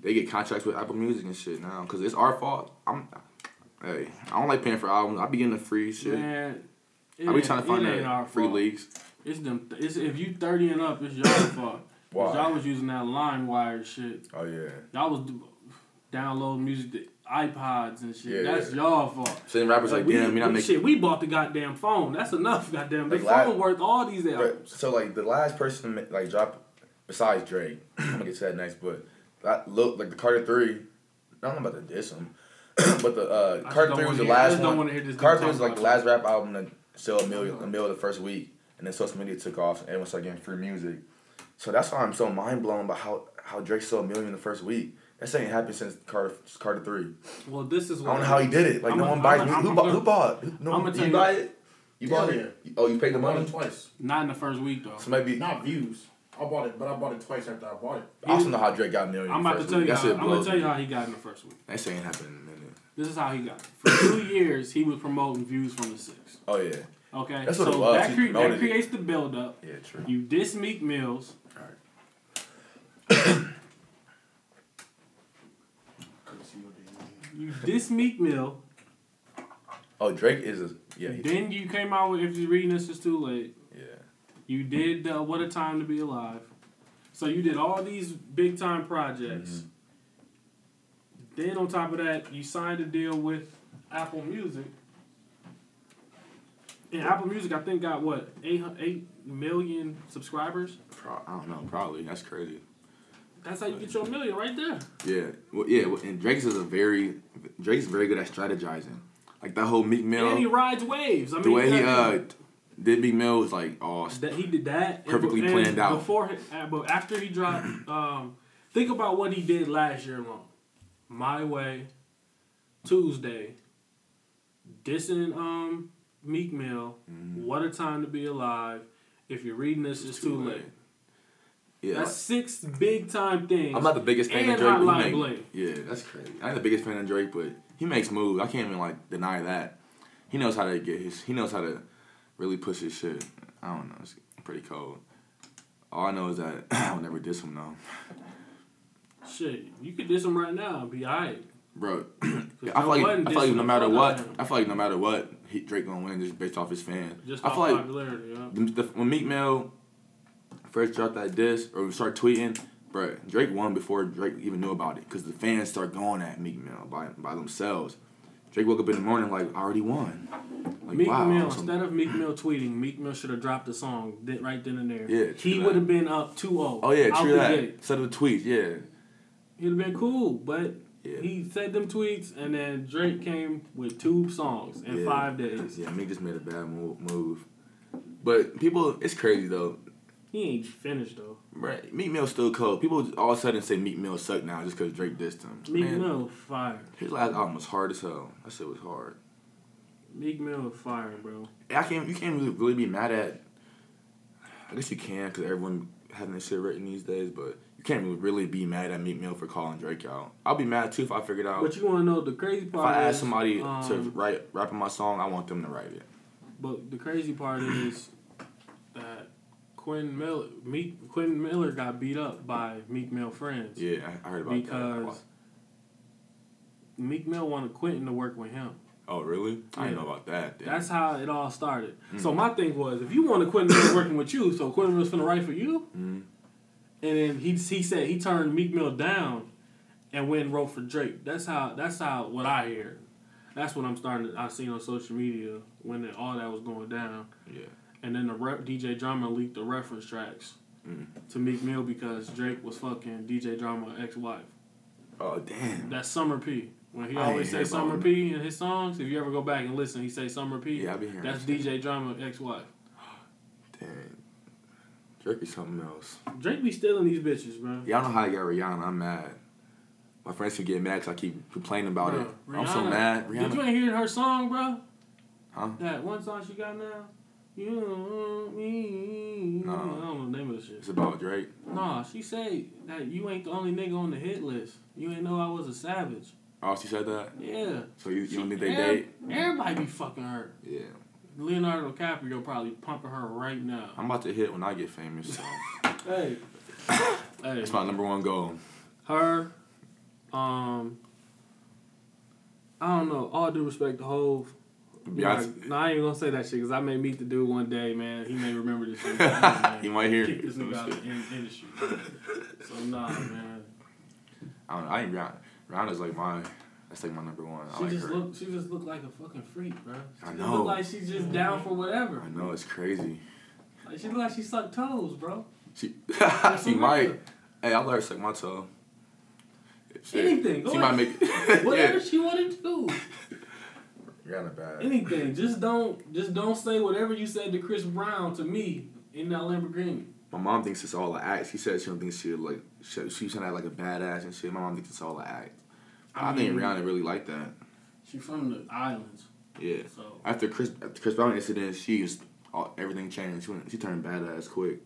they get contracts with Apple Music and shit now because it's our fault. I'm. Hey, I don't like paying for albums. I be getting the free shit. Man, it I be ain't- trying to it find ain't our that free fault. leagues. It's them. It's if you thirty and up, it's y'all fault. 'Cause Y'all was using that line wire shit. Oh yeah. Y'all was do- downloading music to iPods and shit. Yeah, That's yeah. y'all fault. So then rappers like, we, damn, me not we- making. shit. We bought the goddamn phone. That's enough. Goddamn, the Like, la- phone worth all these Right, albums. So like the last person to ma- like drop besides Drake, I'm gonna get to that next, but that look like the Carter Three. I don't know about the diss him, but the uh, just Carter don't Three wanna was the hear- I last just don't one. wanna hear this Carter dude Three was talk like the about Uh-huh. last rap album to sell a million, a million the first week, and then social media took off, and everyone started getting free music. So that's why I'm so mind blown by how how Drake sold a million the first week. That's ain't happened since Carter Carter Three. Well, this is I what don't know how he did it. Like I'm no a- one I'm buys. a- mu- I'm Who a- bought? Who bought? No, I'm a you tell buy you- it. You bought Hell it. Oh, you paid the I bought it money. twice. Not in the first week though. So maybe Not views. I bought it, but I bought it twice after I bought it. I also know how Drake got million. I'm about to first tell week. you. That How, shit I'm gonna blows tell you me. how he got in the first week. That shit ain't happening in a minute. This is how he got. It. For two years, he was promoting views from the six. Oh yeah, Okay, That's so what it was. that, He cre- that promoted it. creates the buildup. yeah, true. You diss Meek Mills. Couldn't see what they You diss Meek Mill. Oh, Drake is a yeah, he, Then you came out with if you're reading this, it's too late. yeah. You did the What a Time to Be Alive. So you did all these big time projects. Mm-hmm. Then on top of that, you signed a deal with Apple Music. And Apple Music, I think, got what eight hun- eight million subscribers. Pro- I don't know. Probably that's crazy. That's how you get your million right there. Yeah, well, yeah. well, And Drake's is a very Drake's very good at strategizing. Like that whole Meek And he Mill, rides waves. I mean, the way he that- uh did Meek Mill was like oh st- that he did that Perfectly and- planned out. Before, uh, but after he dropped, um, think about what he did last year long. My way, Tuesday, dissing um Meek Mill. Mm. What a time to be alive. If you're reading this, it's, too, late. yeah. That's six big time things. I'm not the biggest fan And of Drake. Hotline but he Bling. make, yeah, that's crazy. I ain't the biggest fan of Drake, but he makes moves. I can't even like deny that. He knows how to get his. He knows how to really push his shit. I don't know. It's pretty cold. All I know is that I will never diss him though, Shit, you could diss him right now. and Be alright. bro. Cause I feel like one I feel like dissing no the matter fuck what, out of him. I feel like no matter what, he, Drake gonna win just based off his fans. just I off feel like popularity. Yeah. the, the, when Meek Mill first dropped that diss or start tweeting, bruh, Drake won before Drake even knew about it because the fans start going at Meek Mill by, by themselves. Drake woke up in the morning like, I already won. Like, Meek wow. Mill, so- instead of Meek Mill tweeting, Meek Mill should have dropped the song th- right then and there. Yeah, true he that. would have been up 2-0. oh, yeah, out true the that. gate. Instead of a tweet, yeah. He'd have been cool, but Yeah. he said them tweets, and then Drake came with two songs in Yeah. five days. Yeah, Meek just made a bad move. move. But people, it's crazy though. He ain't finished though. Bruh, Meek Mill's still cold. People all of a sudden say Meek Mill suck now just because Drake dissed him. Meek Man, Mill fire. His last album was hard as hell. That shit was hard. Meek Mill fire, bro. I can't. You can't really, really be mad at. I guess you can because everyone having this shit written these days, but you can't really, really be mad at Meek Mill for calling Drake out. I'll be mad too if I figured out. But you want to know the crazy if part? I is, ask somebody um, to write rapping my song, I want them to write it. But the crazy part is that Quinn Miller, Meek, Quinn Miller got beat up by Meek Mill friends. Yeah, I, I heard about that. because Meek Mill wanted Quentin to work with him. Oh really? I didn't Yeah. know about that. Damn. That's how it all started. Mm-hmm. So my thing was, if you want to Quentin Miller working with you, so Quentin Miller's finna write for you. Hmm? And then he he said he turned Meek Mill down, and went and wrote for Drake. That's how that's how what I hear. That's what I'm starting. To, I seen on social media when it, all that was going down, yeah. and then the rep, DJ Drama leaked the reference tracks Mm. to Meek Mill because Drake was fucking DJ Drama ex wife. Oh damn. That's Summer P. When he I ain't always hear say about Summer him. P in his songs, if you ever go back and listen, he say Summer P. Yeah, I be hearing That's that DJ Drama ex-wife. Damn. Drake is something else. Drake be stealing these bitches, bro. Y'all know how I got Rihanna. I'm mad. My friends keep getting mad because I keep complaining about Bro, it. I'm so mad. Did you Rihanna. ain't hear her song, bro? Huh? That one song she got now. You want me? No. I don't know the name of the shit. It's about Drake. Nah, she say that you ain't the only nigga on the hit list. You ain't know I was a savage. Oh, she said that. Yeah. So you, you don't think they Ev- date? Everybody be fucking her. Yeah. Leonardo DiCaprio probably pumping her right now. I'm about to hit when I get famous. So. Hey. hey. That's my number one goal. her, um, I don't know. All due respect to Hove. Beyonce. Like, no, I ain't gonna say that shit because I may meet the dude one day, man. He may remember this shit. I you don't know, man. might hear. Kick it. this nigga out of the in- industry. So nah, man. I don't know. I ain't Rihanna. Rihanna's like my. That's like my number one. I She like just her. look. She just look like a fucking freak, bro. She I just know. Look like she's just down for whatever. I know it's crazy. Like, she look like she sucked toes, bro. She. That's she what might. matter. Hey, I'll let her suck my toe. Shit. Anything. Go She might ahead. make it. Whatever yeah. she wanted to do. Rihanna bad. Anything. Just don't. Just don't say whatever you said to Chris Brown to me in that Lamborghini. My mom thinks it's all an act. She said she don't think she like she, she's gonna act like a badass and shit. My mom thinks it's all an act. I, I think mean- Rihanna really liked that. She from the islands, Yeah. so After Chris after Chris Brown incident, she was all, everything changed. She went, she turned badass quick.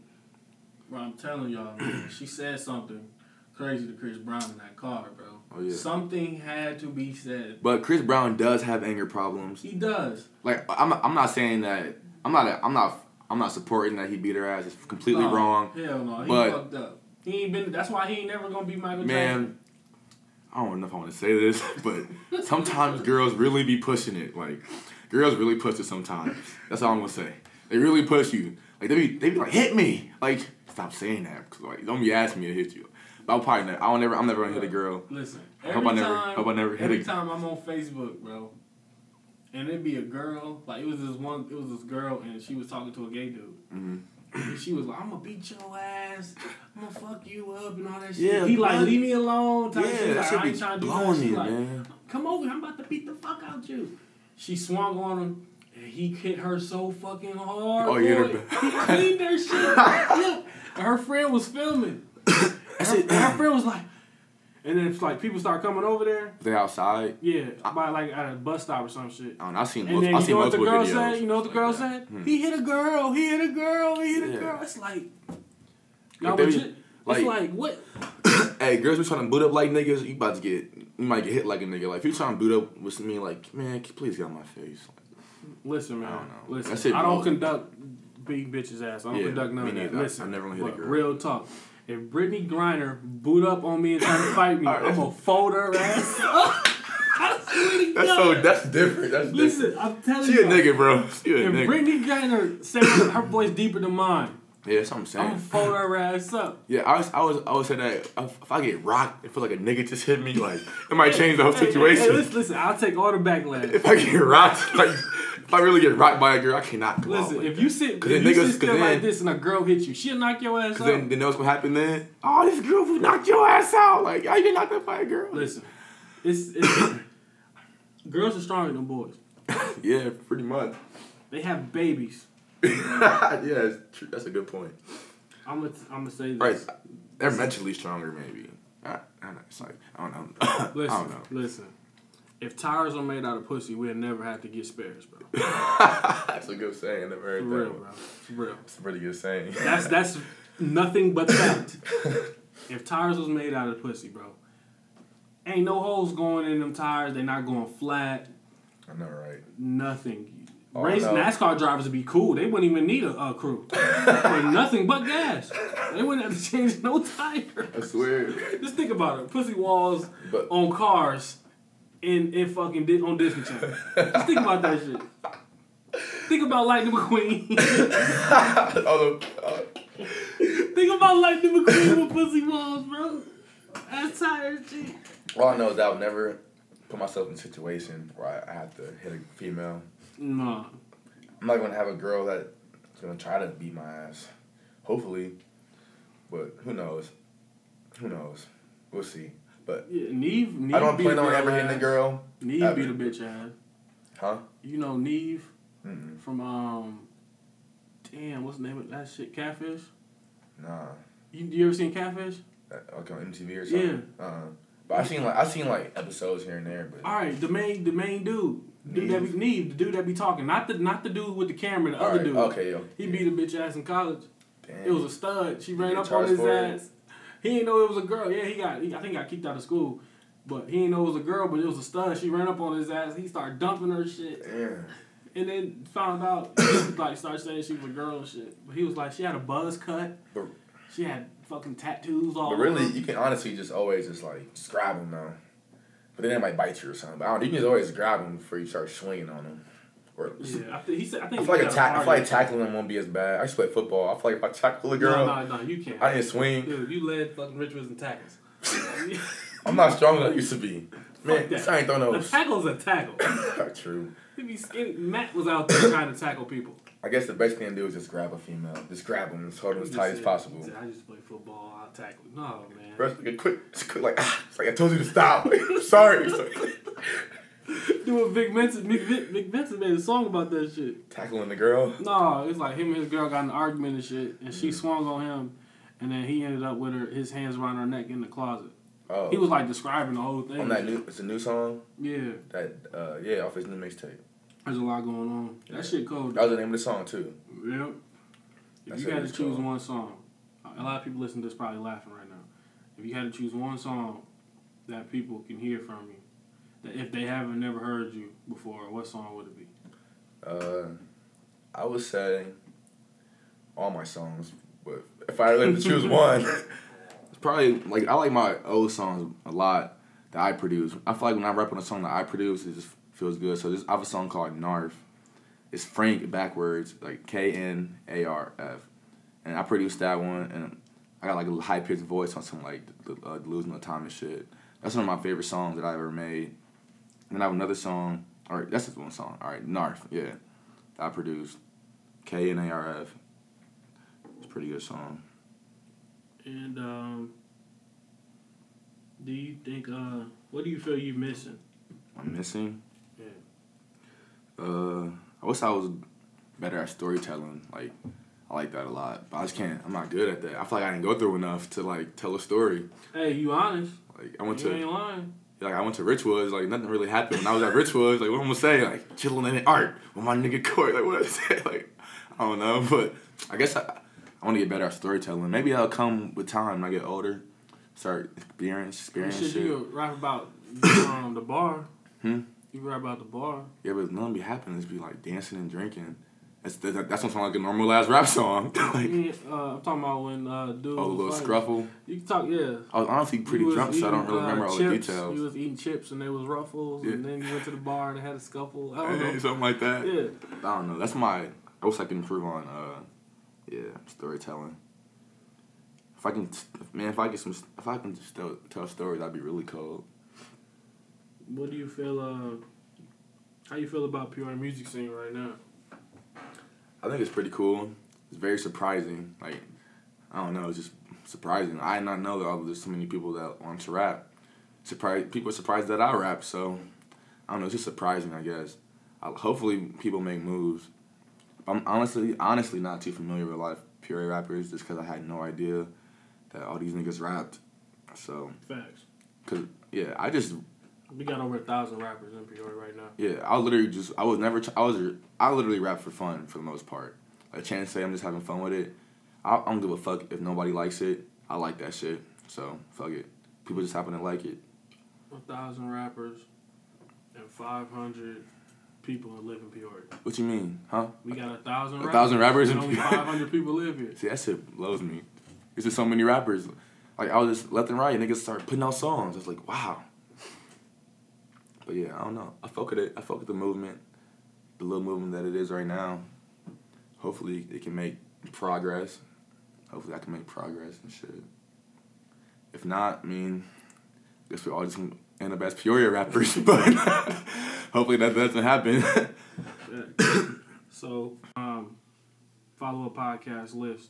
bro, I'm telling y'all, man, she said something crazy to Chris Brown in that car, bro. Oh, yeah. Something had to be said. But Chris Brown does have anger problems. He does. Like I'm I'm not saying that I'm not I'm not I'm not supporting that he beat her ass. It's completely No, wrong. Hell no, he but- fucked up. He ain't been. That's why he ain't never gonna be Michael Jackson. Man, I don't know if I want to say this, but sometimes girls really be pushing it. Like, girls really push it sometimes. That's all I'm gonna say. They really push you. Like they be they be like, hit me. Like, stop saying that. 'cause, like, don't be asking me to hit you. But I'll probably never. I'll never. I'm never gonna hit a girl. Listen, I every hope I never- time, hope I never hit every it. time I'm on Facebook, bro, and it'd be a girl. Like it was this one. It was this girl, and she was talking to a gay dude. Mhm. And she was like, "I'm gonna beat your ass. I'm gonna fuck you up and all that shit." Yeah, he like, what? "Leave me alone." Type shit. Yeah, Like, that should I ain't trying to be do that. blowing She me, like, man. "Come over. here. I'm about to beat the fuck out you." She swung on him. And he hit her so fucking hard. Oh, he hit her boy. back. He cleaned her shit. Yeah. And her friend was filming. Her, and her friend was like, and then it's like people start coming over there. They outside. Yeah, by like at a bus stop or some shit. I don't know. I've seen. And mul- then I've you seen know what the multiple girl videos. said? You know what the like girl that. Hmm. said? He hit a girl. He hit a girl. He hit a Yeah. girl. It's like, y'all Like, they be- legit- like- it's like what? Hey, girls be trying to boot up like niggas. You about to get, you might get hit like a nigga. Like, if you trying to boot up with me, like, man, please get out my face. Listen, man. I don't know. Listen, That shit I don't blows. conduct beating bitches ass. I don't Yeah, conduct none me of that. neither. I- Listen, I never gonna hit a but girl. Real talk. If Brittany Griner boot up on me and try to fight me, All right. I'm gonna fold her ass. up. I swear to That's God. so. That's different. That's Listen, I'm telling different. She you. a nigga, bro. She a If nigga. Brittany Griner said her voice deeper than mine, yeah, that's what I'm I'm gonna saying. fold her ass up. yeah, I was, I was, I was saying that if if I get rocked, it feel like a nigga just hit me. Like, it might change the whole Hey, hey, situation. hey, listen, listen, I'll take all the backlash. If I get rocked, like, if I really get rocked by a girl, I cannot go out Listen, like if you sit, if Oh Cause then you niggas- sit still cause like then- this and a girl hits you, she'll knock your ass Cause out. then, then know what's gonna happen then? Oh, this girl who knocked your ass out. Like, how you get knocked up by a girl? Listen, it's, it's girls are stronger than boys. Yeah, pretty much. They have babies. yeah, it's true. that's a good point. I'm gonna I'm gonna say this. Right, they're mentally stronger, maybe. I, I don't know. It's like I don't know. Listen, I don't know. listen. If tires are made out of pussy, we'll never have to get spares, bro. That's a good saying. I never For heard real, one. bro. For real. It's a pretty good saying. That's that's nothing but fact. if tires was made out of pussy, bro, ain't no holes going in them tires. They not going flat. I know, right? Nothing. Oh, Race no. NASCAR drivers would be cool. They wouldn't even need a, a crew for nothing but gas. They wouldn't have to change no tire. I swear. Just think about it. Pussy walls But on cars in in fucking Di- on Disney Channel. Just think about that shit. Think about Lightning McQueen. oh, uh, think about Lightning McQueen with pussy balls, bro. That's tired shit. all I know is I would never put myself in a situation where I have to hit a female. No. I'm not gonna have a girl that's gonna try to beat my ass. Hopefully, but who knows? Who knows? We'll see. But Yeah, Neve, Neve I don't beat plan a on girl ever hitting a ass. girl, Neve ever. beat a bitch ass. huh? You know Neve Mm-mm. from um, damn, what's the name of that shit? Catfish. Nah. You, you ever seen Catfish? Uh, Like on MTV or something. Yeah. Uh-uh. But I seen like I seen like episodes here and there, but All right, the main the main dude, dude that be Neve, the dude that be talking, not the not the dude with the camera, the All other right, dude. Okay, yo. He beat a bitch ass in college. Damn. It was a stud. She ran get up on charged his for it? ass. He didn't know it was a girl. Yeah, he got. He, I think got kicked out of school, but he didn't know it was a girl. But it was a stud. She ran up on his ass. He started dumping her shit, Damn. and then found out she, like started saying she was a girl and shit. But he was like, she had a buzz cut. But- She had fucking tattoos all. But really, over. you can honestly just always just like just grab them now. But then they might bite you or something. But I don't. You can just always grab them before you start swinging on them. Or yeah, I think he said. I I think feel like he a got ta- I feel fired. like tackling them won't be as bad. I used to play football. I feel like if I tackle a girl, No, no, no, you can't. I didn't swing. Dude, you led fucking Richards in tackles. I'm not strong as I used to be. Man, Fuck that. this I ain't throwing a no. tackle's a tackle. True. He be skinny. Matt was out there trying to tackle people. I guess the best thing to do is just grab a female. Just grab them. Just hold them as tight as possible. He said, I just play football. I'll tackle. No, man. Bro, it's like a quick, it's quick, like, ah, it's like I told you to stop. Sorry. Do what Vic Vincent, Vic, Vic, Vic Vincent made a song about that shit. Tackling the girl. No, it's like him and his girl got in an argument and shit, and she swung on him, and then he ended up with her his hands around her neck in the closet. Oh, He was like describing the whole thing. on that new. It's a new song. yeah, That uh, yeah, off his new mixtape. there's a lot going on. That Yeah. shit cold. That was the name of the song too. Yep. If That's you what had to it's choose called. one song, a lot of people listening to this probably laughing right now. If you had to choose one song that people can hear from you, that if they haven't never heard you before, what song would it be? Uh, I would say all my songs, but if I had to choose one, It's probably like I like my old songs a lot that I produce. I feel like when I rap on a song that I produce, it just feels good. So this I have a song called Narf. It's Frank backwards, like K N A R F, and I produced that one, and I got like a high pitched voice on some like the, uh, delusional Thomas shit. That's one of my favorite songs that I ever made. And then I have another song. All right, that's just one song. All right, Narf, yeah, that I produced. K N A R F. It's a pretty good song. And um, do you think uh, what do you feel you missing? I'm missing. Yeah. Uh, I wish I was better at storytelling. Like, I like that a lot, but I just can't. I'm not good at that. I feel like I didn't go through enough to like tell a story. Hey, you honest? Like, I went you to ain't lying. like I went to Richwoods. Like, nothing really happened when I was at Richwoods. Like, what I'm gonna say? Like, chilling in the art with my nigga Court. Like, what I say? Like, I don't know. But I guess I, I want to get better at storytelling. Maybe I'll come with time. When I get older, start experience You experience should shit. you rap about um, the bar. Hmm? You rap about the bar. Yeah, but nothing be happening. It's be like dancing and drinking. That's that, that's what sound like a normal ass rap song. like. Yeah, uh, I'm talking about when uh, dude. Oh, a little was fighting. scruffle. You can talk, yeah. I was honestly pretty You was drunk, so I don't eating, really remember uh, all the chips. You details. was eating chips and they was ruffles, and Yeah. then you went to the bar and had a scuffle. I don't Hey, know. something like that. Yeah, I don't know. That's my. I wish I could improve on. Uh, yeah, storytelling. If I can, man. If I get some, if I can just tell, tell stories, I'd be really cold. what do you feel? Uh, how you feel about PR music scene right now? I think it's pretty cool. It's very surprising. Like, I don't know, it's just surprising. I did not know that there's so many people that want to rap. Surprise! People are surprised that I rap, so I don't know. It's just surprising, I guess. I, hopefully, people make moves. I'm honestly, honestly not too familiar with a lot of pure rappers, just because I had no idea that all these niggas rapped. So, Facts. cause yeah, I just We got over a thousand rappers in PR right now. yeah, I literally just I was never I was I literally rap for fun for the most part. Like Chan say, I'm just having fun with it. I, I don't give a fuck if nobody likes it. I like that shit, so fuck it. People just happen to like it. A thousand rappers and five hundred people that live in Peoria. What you mean, huh? We got a thousand. A thousand rappers and in only Peoria. five hundred people live here. See, that shit blows me. There's just so many rappers. Like I was just left and right, and niggas start putting out songs. It's like wow. But yeah, I don't know. I fuck with it. I fuck with the movement, the little movement that it is right now. Hopefully, it can make progress. Hopefully, I can make progress and shit. If not, I mean, I guess we all just gonna end up as Peoria rappers. but hopefully, that doesn't happen. Yeah. so, um, follow up podcast list.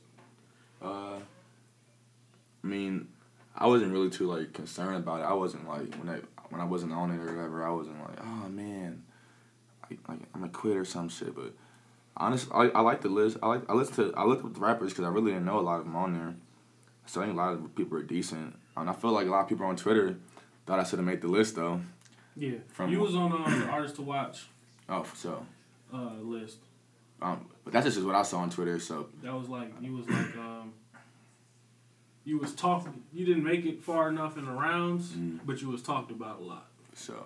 Uh, I mean, I wasn't really too like concerned about it. I wasn't like when I when I wasn't on it or whatever. I wasn't like, oh man, like, like I'm gonna quit or some shit. But honestly, I, I like the list. I like I listen to I looked up the rappers because I really didn't know a lot of them on there. So I think a lot of people are decent, and I feel like a lot of people on Twitter thought I should have made the list though. Yeah, From- you was on um, the artist to watch Oh, so uh, list. um, but that's just what I saw on Twitter. So That was like you was like um, you was talking. You didn't make it far enough in the rounds, Mm. but you was talked about a lot. so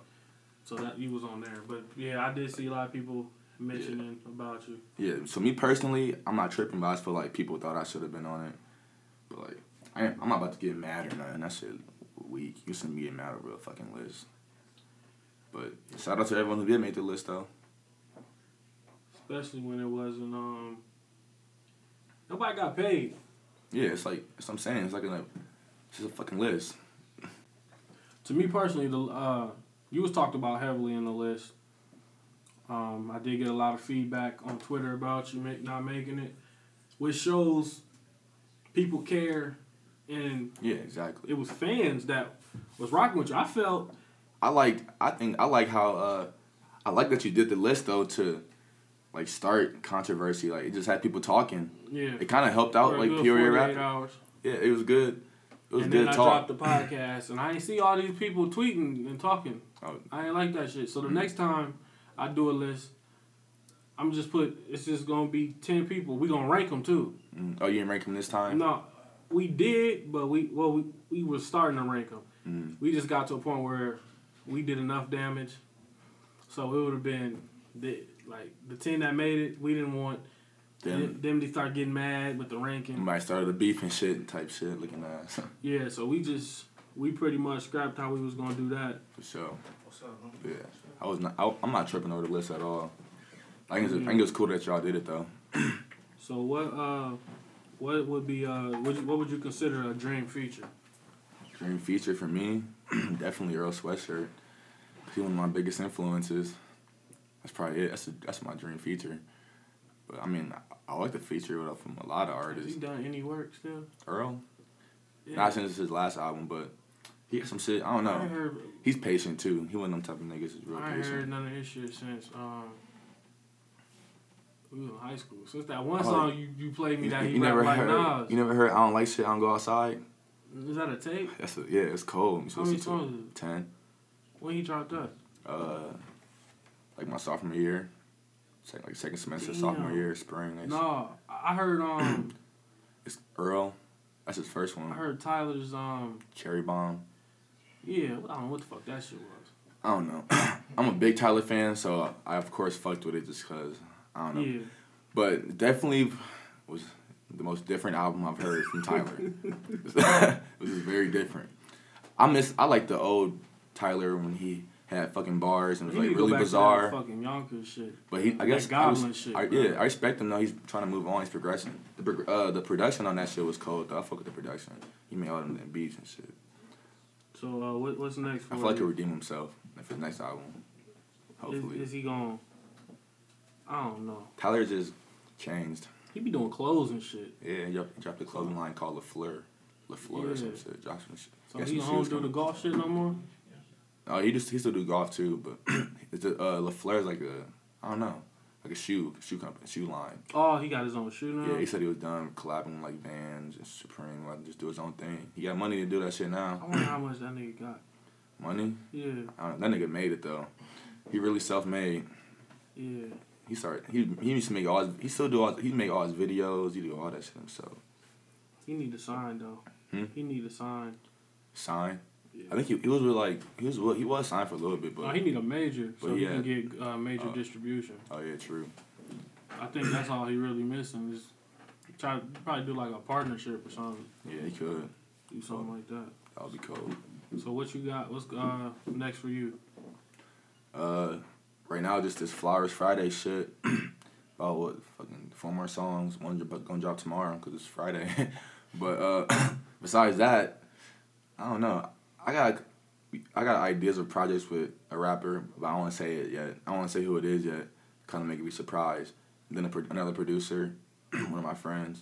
So that you was on there. But yeah, I did see a lot of people mentioning about you. yeah. So me personally, I'm not tripping, but I just feel like people thought I should have been on it. But like, I am, I'm not about to get mad or nothing. That shit weak. You shouldn't be getting mad over a fucking list. But shout out to everyone who did make the list though. especially when it wasn't um nobody got paid. Yeah, it's like that's what I'm saying. It's like a it's just a fucking list. To me personally, the uh, you was talked about heavily in the list. Um, I did get a lot of feedback on Twitter about you make, not making it, which shows people care, and Yeah, exactly. it was fans that was rocking with you. I felt I like I think I like how uh I like that you did the list though to like start controversy. Like it just had people talking. yeah, It kind of helped out for a like good Peoria 48 rap. hours. Yeah, it was good. It was and good then talk. I dropped the podcast, and I ain't see all these people tweeting and talking. Oh. Mm-hmm. I ain't like that shit. So the next time I do a list, I'm just put. It's just gonna be ten people. We gonna rank them too. Mm. Oh, you didn't rank him this time. No, we did, but we well we, we were starting to rank them. Mm. We just got to a point where we did enough damage, so it would have been the like the ten that made it. We didn't want them, Then them to start getting mad with the ranking. somebody started a beef and shit type shit. Looking ass Yeah, so we just we pretty much scrapped how we was gonna do that. for sure. What's up, man? Yeah, I was not. I, I'm not tripping over the list at all. I think, it's, I think it was cool that y'all did it though. So what uh what would be uh would you, what would you consider a dream feature? Dream feature for me, definitely Earl Sweatshirt. He's one of my biggest influences. That's probably it. That's a, that's my dream feature. But I mean, I, I like the feature with- from a lot of Has he artists. done any work still? Earl, Yeah. not since his last album, but he got some shit. I don't I ain't know. heard He's patient too. He one of them type of niggas is real I ain't heard patient. none of his shit since um we was in high school. Since that one Oh. song you, you played me You, that he you never rapped like heard. Nas. You never heard. I don't like shit. I don't go outside. Is that a tape? That's a, yeah. It's cold. You How many supposed to songs is it? ten. When he dropped that? uh, like my sophomore year, second, like second semester, Damn. sophomore year, spring. It's, No. I I heard um it's Earl. That's his first I one. heard Tyler's um Cherry Bomb. yeah, I don't know what the fuck that shit was. I don't know. I'm a big Tyler fan, so I of course fucked with it just cause I don't know. Yeah. But definitely was the most different album I've heard from Tyler. it was just very different. I miss. I like the old Tyler when he had fucking bars and was You need like to go really back to that bizarre. fucking Yonkers shit. But he, I That guess, I goblin was- shit, I- bro. yeah, I respect him though. He's trying to move on. He's progressing. The prog- uh, the production on that shit was cold though. I fuck with the production. He made all them damn beats and shit. So uh, what, what's next for I feel like you? he'll redeem himself if his next album, hopefully. Is, is he going? I don't know. Tyler just changed. He be doing clothes and shit. Yeah, he dropped, he dropped a clothing line called La Fleur, La Fleur or some Yeah. shit. Dropped some shit. So Got he some don't shoes do the coming. golf shit no more. Oh, he just he still do golf too, but it's a, uh, La Fleur's like a I don't know, like a shoe shoe company shoe line. Oh, he got his own shoe now. Yeah, he said he was done collabing with, like Vans and Supreme, like just do his own thing. He got money to do that shit I now. wonder how much that nigga got. Money? Yeah, I don't, that nigga made it though. He really self made. yeah. He started. He he used to make all. His, he still do all. He make all his videos. He do all that shit himself. He need to sign though. Hmm? He need to sign. Sign. Yeah. I think he, he was with like he was with- he was signed for a little bit, but No, Oh, he need a major so but he yeah. can get uh, major Oh. distribution. oh yeah, true. I think that's all he really missing is try probably do like a partnership or something. Yeah, he could. Do something like that. That would be cool. So what you got? What's uh next for you? Uh, right now, just this Flowers Friday shit. About what fucking four more songs. One dro- gonna drop tomorrow because it's Friday. but uh, besides that, I don't know. I got I got ideas of projects with a rapper, but I don't want to say it yet. I don't want to say who it is yet. Kind of make me surprised. Then a pro- another producer, one of my friends.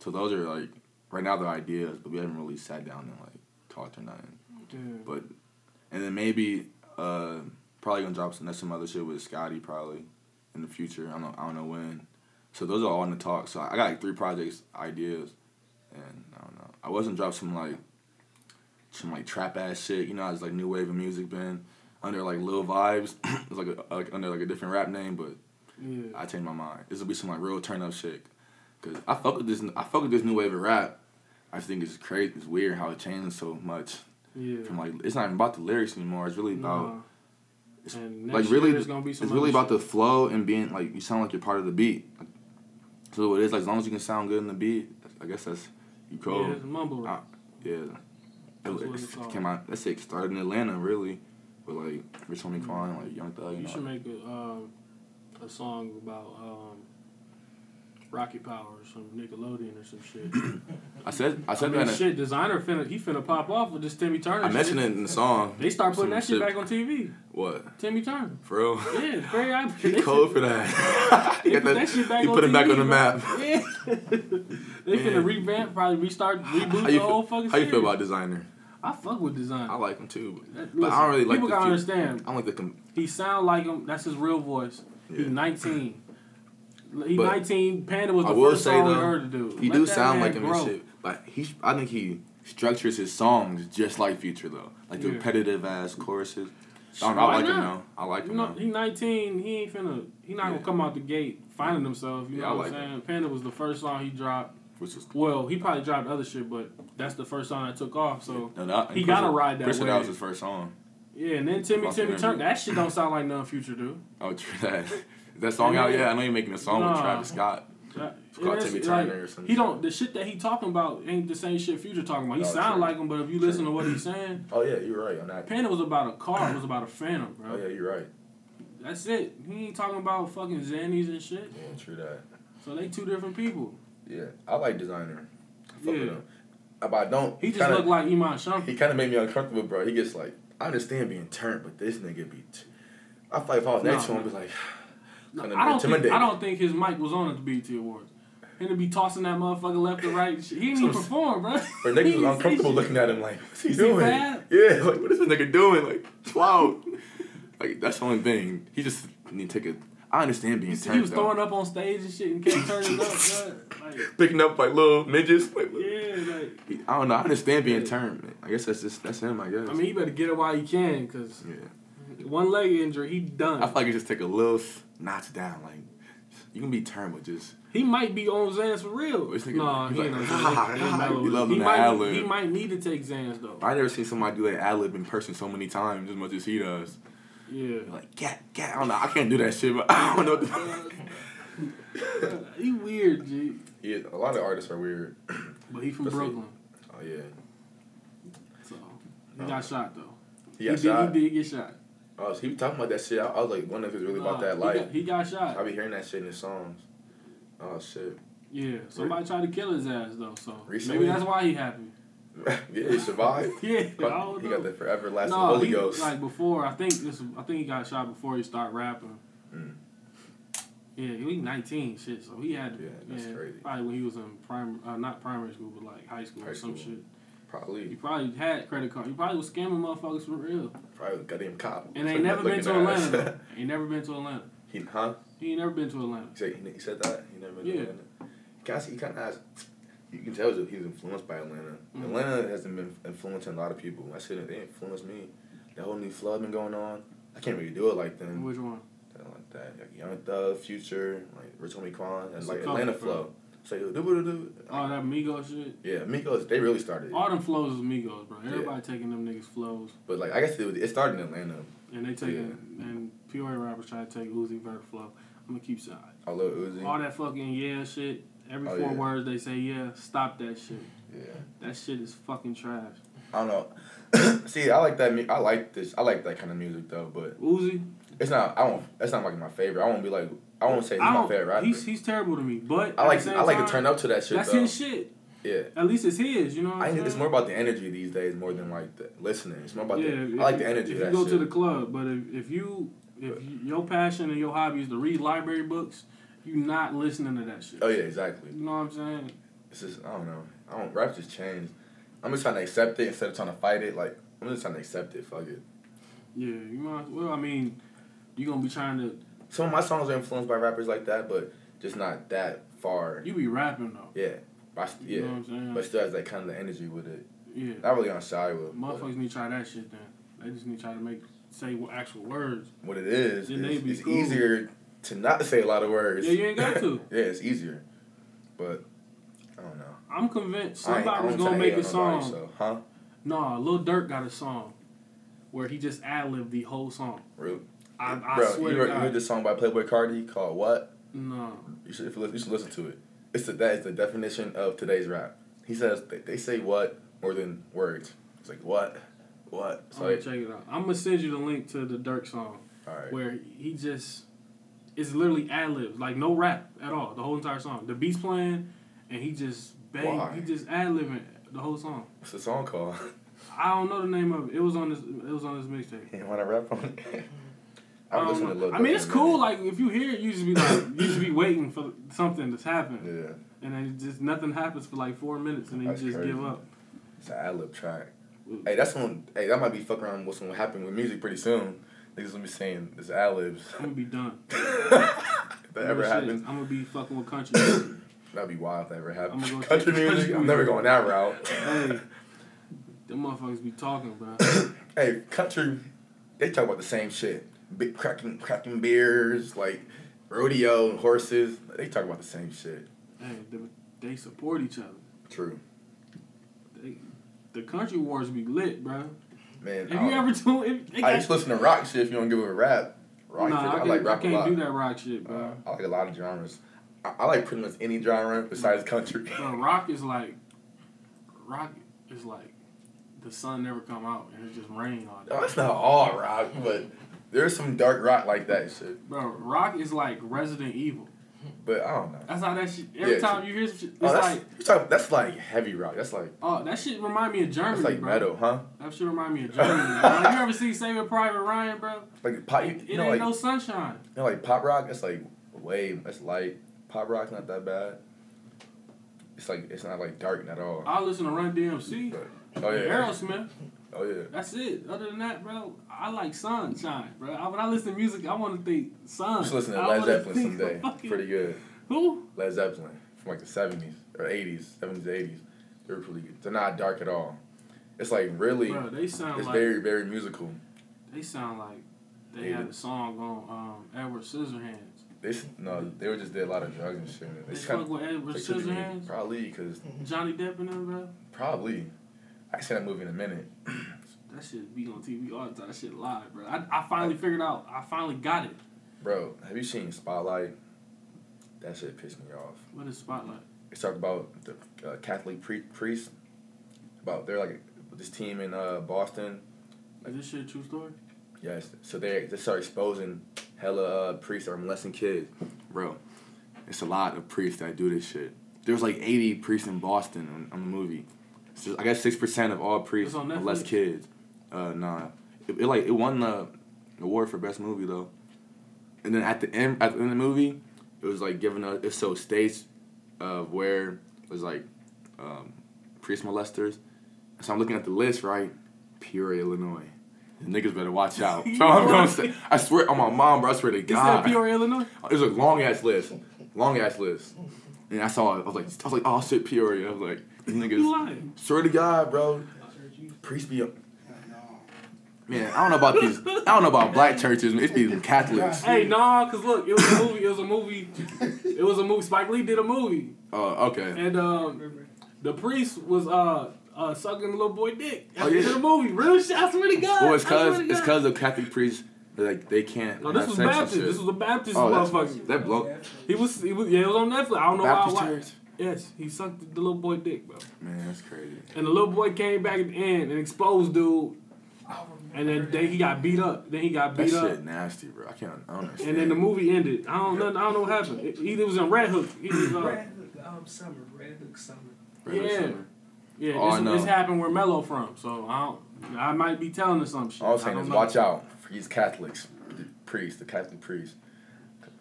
So those are like right now they're ideas, but we haven't really sat down and like talked or nothing. Dude. But and then maybe uh probably gonna drop some some other shit with Scotty probably in the future. I don't know I don't know when. So those are all in the talk. So I got like three projects ideas and I don't know. I wasn't drop some like some like trap ass shit, you know, I was like new wave of music been under like Lil Vibes. it's like a, like under like a different rap name, but Yeah. I changed my mind. This will be some like real turn up shit. Cause I fuck with this. I fuck with this new wave of rap. I just think it's crazy. It's weird how it changed so much. Yeah. From like, it's not even about the lyrics anymore. It's really about Nah. it's- And like next really. year It's, there's gonna be some really other about the flow and being like you sound like you're part of the beat. So it is like as long as you can sound good in the beat, I guess that's you shit. cool. Yeah, it's mumble rap. Yeah. It, That's what was- it's called. came out. That's it. Started in Atlanta, really, with like Rich Homie Quan, like Young Thug. Mm. You and all should make that. a um, a song about um, Rocky Power or some Nickelodeon or some shit. I said. I I said mean, that. in- shit, designer finna he finna pop off with this Timmy Turner. I mentioned shit. it in the song. They start putting Some that shit shit. back on TV. What? Timmy Turner. For real? Yeah, it's very obvious. He cold for that. They he put got that, that- shit back he on put it TV, back on the bro. map. Yeah. they Man. finna revamp, probably restart, reboot How the you, whole feel, fucking how you feel series. about designer? I fuck with design. I like him too, but, That- but I listen, don't really like People the. gotta few- understand. I don't like the. Com- He sound like him. That's his real voice. He Yeah. 19. He But 19. Panda was the I will first say, song we though, heard to do. he Let do that sound man like him grow. and shit, but he. I think he structures his songs just like Future though, like the Yeah. repetitive ass choruses. I don't know. Why I like him not? though. I like You him know, though. he 19. He ain't finna. He not Yeah. gonna come out the gate finding himself. You Yeah, I know what like I'm him. saying? Panda was the first song he dropped. Which is Well, he probably dropped other shit, but that's the first song that took off. So no, that, he and gotta Chris- ride that Chris said wave. was his first song. yeah, and then Timmy Lost Timmy the Turner. memory. That shit don't sound like none future do. Oh, true that. Is that song out? Yeah, I know you're making a song with Nah. Travis Scott. That- It's called it's Timmy like, Turner or something. He don't the shit that he talking about ain't the same shit Future talking about. He No, sound Oh, true. like him, but if you True. listen to what he's saying, Oh yeah, you're right on that. Oh, Panda was about a car. It was about a Phantom, bro. you're right. That's it. He ain't talking about fucking Xannies and shit. Yeah, true that. So they two different people. Yeah, I like designer. I fuck Yeah. with him. Uh, But I don't. He just kinda, looked like Iman Shumpert. He kind of made me uncomfortable, bro. He gets like, I understand being turned, but this nigga be. T- I feel like if I was No, next to him, no. I'd be like, No, kinda I don't think intimidated. I don't think his mic was on at the BT Awards. Him to be tossing that motherfucker left and right. and shit. He didn't even So- perform, bro. or He niggas didn't was say uncomfortable shit. looking at him, like, what's he Is he doing? bad? yeah, like what is this nigga doing? Like, it's wild. like that's the only thing. He just need to take a. I understand being He, turned. he was though. throwing up on stage and shit and kept turning up, bro. Like, Picking up like little midgets. Like, yeah, like I don't know. I understand being Yeah. turned. man. I guess that's just that's him. I guess. I mean, he better get it while he can, cause yeah. one leg injury, he done. I feel like you just take a little s- notch down. Like you can be turned, but just He might be on Zans for real. This nigga- Nah, he's he ain't like, on "Ha, ha, ha." Zans. He love He them might ad-lib. he might need to take Zans though. I never seen somebody do that ad lib in person so many times as much as he does. Yeah. You're like, get, get. I don't know. I can't do that shit, but I don't know. What the he weird, G. yeah, a lot of artists are weird. But he from Let's see. Brooklyn, Oh yeah, so he got shot though. Uh-huh. he got did, shot. He did get shot. Oh, so he was talking about that shit. I, I was like, wondering if it's really about Nah, that he life. got- He got, I shot. be hearing that shit in his songs. Oh shit. Yeah. Somebody tried to kill his ass though, so Recently? maybe that's why he happy. yeah, he survived. Yeah, I He don't know. got the forever lasting no, Holy he, Ghost. like before, I think this. I think he got shot before he started rapping. Mm. Yeah, he was 19, shit. So he had to. Yeah, that's crazy. Probably when he was in prime, uh, not primary school, but like high school High or some school. shit. He Probably, probably had credit card. He probably was scamming motherfuckers for real. probably got him cop. And they Looking- never been looking to at us. Atlanta. though. He never been to Atlanta. he, huh? He ain't never been to Atlanta. He said, he, he said that. He never been Yeah. to Atlanta. Guys, he kind of has. You can tell that he's influenced by Atlanta. Mhm. Atlanta hasn't been influencing a lot of people. I said they influenced me. That whole new flood been going on. I can't really do it like them. Which one? Like that, like Young Thug, Future, like Rich Homie Quan, and It's like a couple, Atlanta bro. flow. So do do do. All that Migos shit. Yeah, Migos, they really started. it. All them flows is Migos, bro. Everybody taking them niggas flows, But like I guess it, was- it started in Atlanta. and they taking and Peoria rappers try to take Uzi Vert flow. I'm gonna keep side. I love Uzi. All that fucking yeah shit. Every Oh, four yeah. words they say yeah. Stop that shit. Yeah. That shit is fucking trash. I don't know. See, I like that. mu- I like this. I like that kind of music though. But Uzi, It's not. I won't. That's not like my favorite. I won't be like. I won't say it's I my don't. favorite rapper. he's he's terrible to me, but I at like. the same I like time, to turn up to that shit. That's though. his shit. Yeah. At least it's his. You know. What I I'm think it's saying? more about the energy these days more than like the listening. It's more about the. if I like you- the energy. If of you that go shit. to the club, but if, if you if you, your passion and your hobby is to read library books, you not listening to that shit. Oh yeah, exactly. You know what I'm saying? It's just I don't know. I don't. Rap just changed. I'm just trying to accept it instead of trying to fight it. Like I'm just trying to accept it. Fuck it. Yeah, you might. as Well, I mean, you're gonna be trying to. Some of my songs are influenced by rappers like that, but just not that far. You be rapping though. Yeah. I, st- You yeah. know what I'm saying? But still has that kind of energy with it. yeah. Not really on shy with. Motherfuckers need to try that shit then. They just need to try to make say w- actual words. What it is, Then they is be it's cool. easier to not say a lot of words. Yeah, you ain't got to. yeah, it's easier. But I don't know. I'm convinced I ain't- I somebody's don't gonna try to make hate a on song. nobody, so, huh? Nah, Lil Durk got a song where he just ad libbed the whole song. Really? I, I Bro, swear you to heard, you God. heard this song by Playboy Cardi called What? no. You should, if you, listen, you should listen to it. It's the, that is the definition of today's rap. He says they, they say what more than words. It's like what, what. I'm So gonna like, check it out. I'm gonna send you the link to the Dirk song all right. where he just it's literally ad libs, like no rap at all. The whole entire song. The beat's playing, and he just bang. Why? He just ad libbing the whole song. What's the song called? I don't know the name of it. It was on this. It was on this mixtape. You want to rap on it? I, I'm don't listening to know. Lil Um, I mean, Durk it's in a cool. minute. Like if you hear it, you just be like, you just be waiting for something to happen, Yeah, and then it just nothing happens for like four minutes, and then That's you just crazy. give up. it's an ad lib track. Hey, that's when. Hey, that might be fuck around. What's gonna happen with music pretty soon? Niggas gonna be saying it's ad libs. I'm gonna be done. if that ever happens, I'm gonna be fucking with country. music. that'd be wild. If that ever happens. I'ma go country take- music. I'm never going that route. hey, them motherfuckers be talking, bro. Hey, country, they talk about the same shit. Big cracking, cracking beers, like rodeo and horses. They talk about the same shit. Hey, they, they support each other. True, They, the country wars be lit, bro. man. If I, you ever tune, if they Oh. I got, used to listen to rock shit. If you don't give a rap, rock. nah, shit. I, I, can, like rap I a lot. can't do that rock shit, bro. Uh, I like a lot of genres. I, I like pretty much any genre besides country. Bro, rock is like, rock is like, the sun never come out and it just rain all day. No, it's not all rock, but there's some dark rock like that and shit. Bro, rock is like Resident Evil. But I don't know. That's how that shit. Every Yeah, time you hear some shit, it's Oh, that's, like, you talking, that's like heavy rock. That's like oh, that shit remind me of Germany, that's like bro. metal, huh? That shit remind me of Germany. bro. You ever seen Saving Private Ryan, bro? Like pop. You, It, you it know, ain't like no sunshine. You know, like pop rock, that's like way that's light. Pop rock's not that bad. It's like it's not like dark at all. I listen to Run DMC, But- oh yeah. Aerosmith. Oh yeah. That's it. Other than that, bro, I like sunshine, bro. I, when I listen to music, I want to think sun. I'm just listening to I Led wanna Zeppelin think someday. fucking- Pretty good. Who? Led Zeppelin from like the seventies or eighties, seventies, eighties. They're pretty good. They're not dark at all. It's like really Bro, they sound it's like very, very musical. they sound like they Yeah. had a song on um, Edward Scissorhands. This no, they were just did a lot of drugs and shit. They It's kind fuck of with Edward like, could be- Scissorhands, probably because Johnny Depp and them, bro. probably I seen that movie in a minute. That shit be on TV all the time. That shit live, bro. I, I finally figured out. I finally got it. Bro, have you seen Spotlight? That shit pissed me off. What is Spotlight? It's talking about the uh, Catholic pre- priest. About they're like this team in uh, Boston. Is this shit a true story? Yes, so they they start exposing hella uh, priests are molesting kids. bro. It's a lot of priests that do this shit. There's like 80 priests in Boston on, on the movie. It's just- I guess six percent of all priests It's on are less Netflix? kids. Uh, nah, it, it like it won the award for best movie though. And then at the end, at the end of the movie, it was like giving us it so states of where it was like um, priest molesters. So I'm looking at the list, right? Peoria, Illinois. niggas better watch out. So I'm gonna say, I swear on my mom, bro. I swear to Is God. that Peoria, Illinois? It was a long ass list, long ass list, and I saw it. I was like, I was like, oh shit, Peoria. I was like, these You niggas. lying? Swear to God, bro. Priest be up. Man, I don't know about these. I don't know about black churches. man. It's be them Catholics. Hey, nah, cause look, it was a movie. It was a movie. It was a movie. Spike Lee did a movie, Oh, okay. and um, the priest was uh, uh sucking the little boy dick at Oh, the yeah. end of the movie. Real shit. I swear to God. Well, it's I swear cause to it's God. cause of Catholic priests. they're Like they can't. No, this was and Baptist. shit. This was a Baptist oh, that's motherfucker. that blow. He was, he was, yeah, it was on Netflix. I don't know Baptist why. I church. watched. Yes, he sucked the little boy dick, bro. Man, that's crazy. And the little boy came back at the end and exposed dude. And then, then he got beat up. Then he got That beat shit up. nasty, bro. I can't I don't understand. And then the movie ended. I don't, nothing, I don't know what happened. It, either it was in Red Hook. It was, uh, Red Hook um, Summer. Red Hook Summer. Bro, that's yeah. something. yeah, All Oh, I this, know- this happened where Mello from. So I don't, I might be telling her some shit. All I'm I saying don't is know. watch out for these Catholics, the priests, the Catholic priests.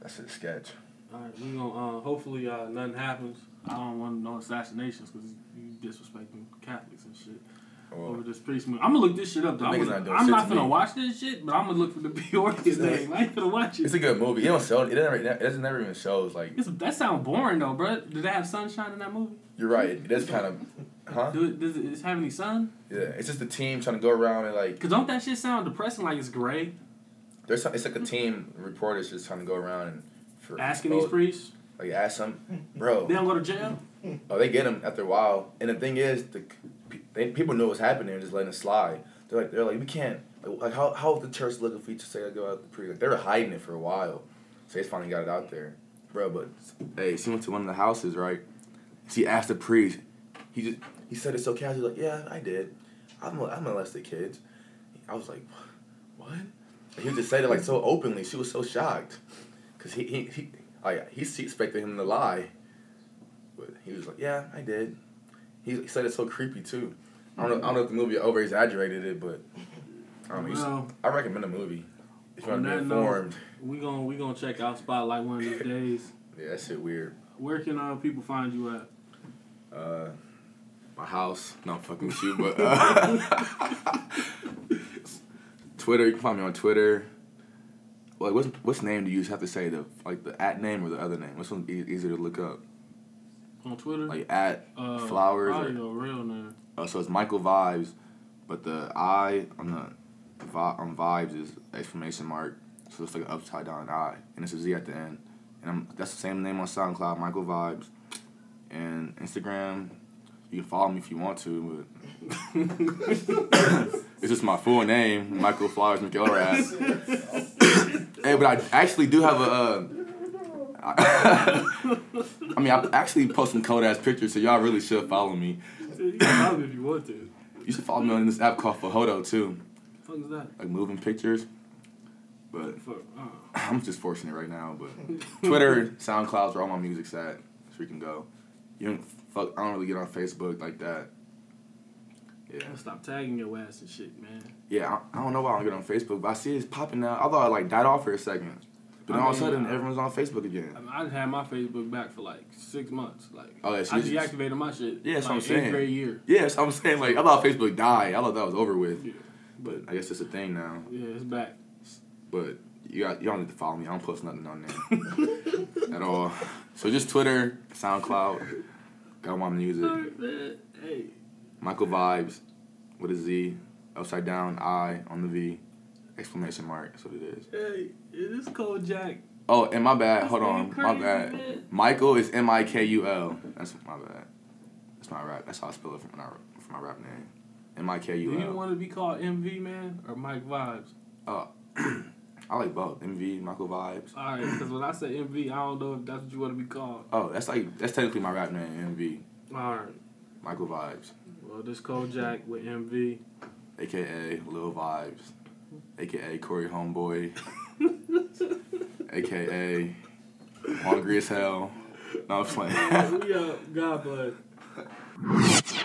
That's a sketch. All right, we gonna uh, hopefully uh, nothing happens. I don't want no assassinations because you disrespecting Catholics and shit over Oh, Well, this priest movie. I'm gonna look this shit up. Though. Niggas I'm, not gonna, doing I'm shit not to gonna me. watch this shit, but I'm gonna look for the Peoria thing. I ain't gonna watch it's it. a good movie. It don't sell. It never. It doesn't never even shows. Like It's, that sound boring though, bro. Did they have sunshine in that movie? you're right. It does kind of, huh? Do it, does it, does it have any sun? Yeah. It's just the team trying to go around and like Cause don't that shit sound depressing? Like it's gray. there's. Some, it's like a team reporters just trying to go around and for, Asking these oh, priests, Like ask them, bro. they don't go to jail. Oh, they get him after a while. And the thing is, the p- they, people knew what's happening and just letting it slide. They're like, they're like, we can't. Like, like how how would the church look if we just say I go out the pre? Like, they were hiding it for a while, so they finally got it out there, bro. But Hey, she went to one of the houses, right? she asked the priest. He just he said it so casually, like, yeah, I did. I'm I molested kids. I was like, what? And he just said it like so openly. She was so shocked, cause he he he like he she expected him to lie, but he was like, yeah, I did. He, he said it so creepy too. I don't know. I don't know if the movie over exaggerated it, but I don't know. he's- Well, I recommend the movie. If you on want to be that note- informed, we gonna we gonna check out Spotlight one of these days. yeah, that shit weird. Where can uh, people find you at? Uh, My house. No, I'm fucking with you, but. Uh, Twitter, you can find me on Twitter. Like, what's, what's name do you have to say? The Like, the at name or the other name? Which one's e- easier to look up? On Twitter? Like, at. uh, flowers Probably or- your real name. Uh, so it's Michael Vibes, but the I on the vi- on Vibes is exclamation mark. So it's like an upside down I, and it's a Z at the end. And I'm, that's the same name on SoundCloud, Michael Vibes. And Instagram, you can follow me if you want to, but it's just my full name, Michael Flowers McElrath. Hey, but I actually do have a. Uh, I mean, I actually post some cold ass pictures, so y'all really should follow me. You can follow me if you want to. You should follow me on this app called Fahodo too, The fuck is that? like moving pictures. But Fuck. Uh, I'm just forcing it right now. But Twitter, SoundCloud's where all my music's at, so you can go. You don't fuck. I don't really get on Facebook like that. Yeah, I'll stop tagging your ass and shit, man. yeah. I, I don't know why I don't get on Facebook, but I see it's popping now. I thought I like died off for a second, but I then all of a mean, sudden uh, everyone's on Facebook again. I, mean, I done had my Facebook back for like six months. Like, Oh, yeah, so I you just- deactivated my shit. Yeah, that's like, what I'm saying. eighth grade year. Yeah, so I'm saying like I thought Facebook died. I thought that was over with. Yeah. But I guess it's a thing now. Yeah, it's back. But you got y'all need to follow me. I don't post nothing on there at all. So just Twitter, SoundCloud, got my music, Alright, man. Hey, Michael Vibes, with a Z, upside down I on the V, exclamation mark. That's what it is. hey, it is cold Jack. Oh, and my bad. This Hold on, nigga my crazy, bad. man. Michael is M I K U L. That's my bad. That's my rap. That's how I spell it from my from my rap name. M I K Do U you L. want to be called MV man or Mike Vibes? I like both. M V Michael Vibes. All right, because when I say MV, I don't know if that's what you want to be called. Oh, that's like that's technically my rap name. M V All right. Michael Vibes. Well, this cold Jack with MV. aka Lil Vibes, aka Corey Homeboy, aka Hungry as Hell. No, I'm playing. we out. God bless.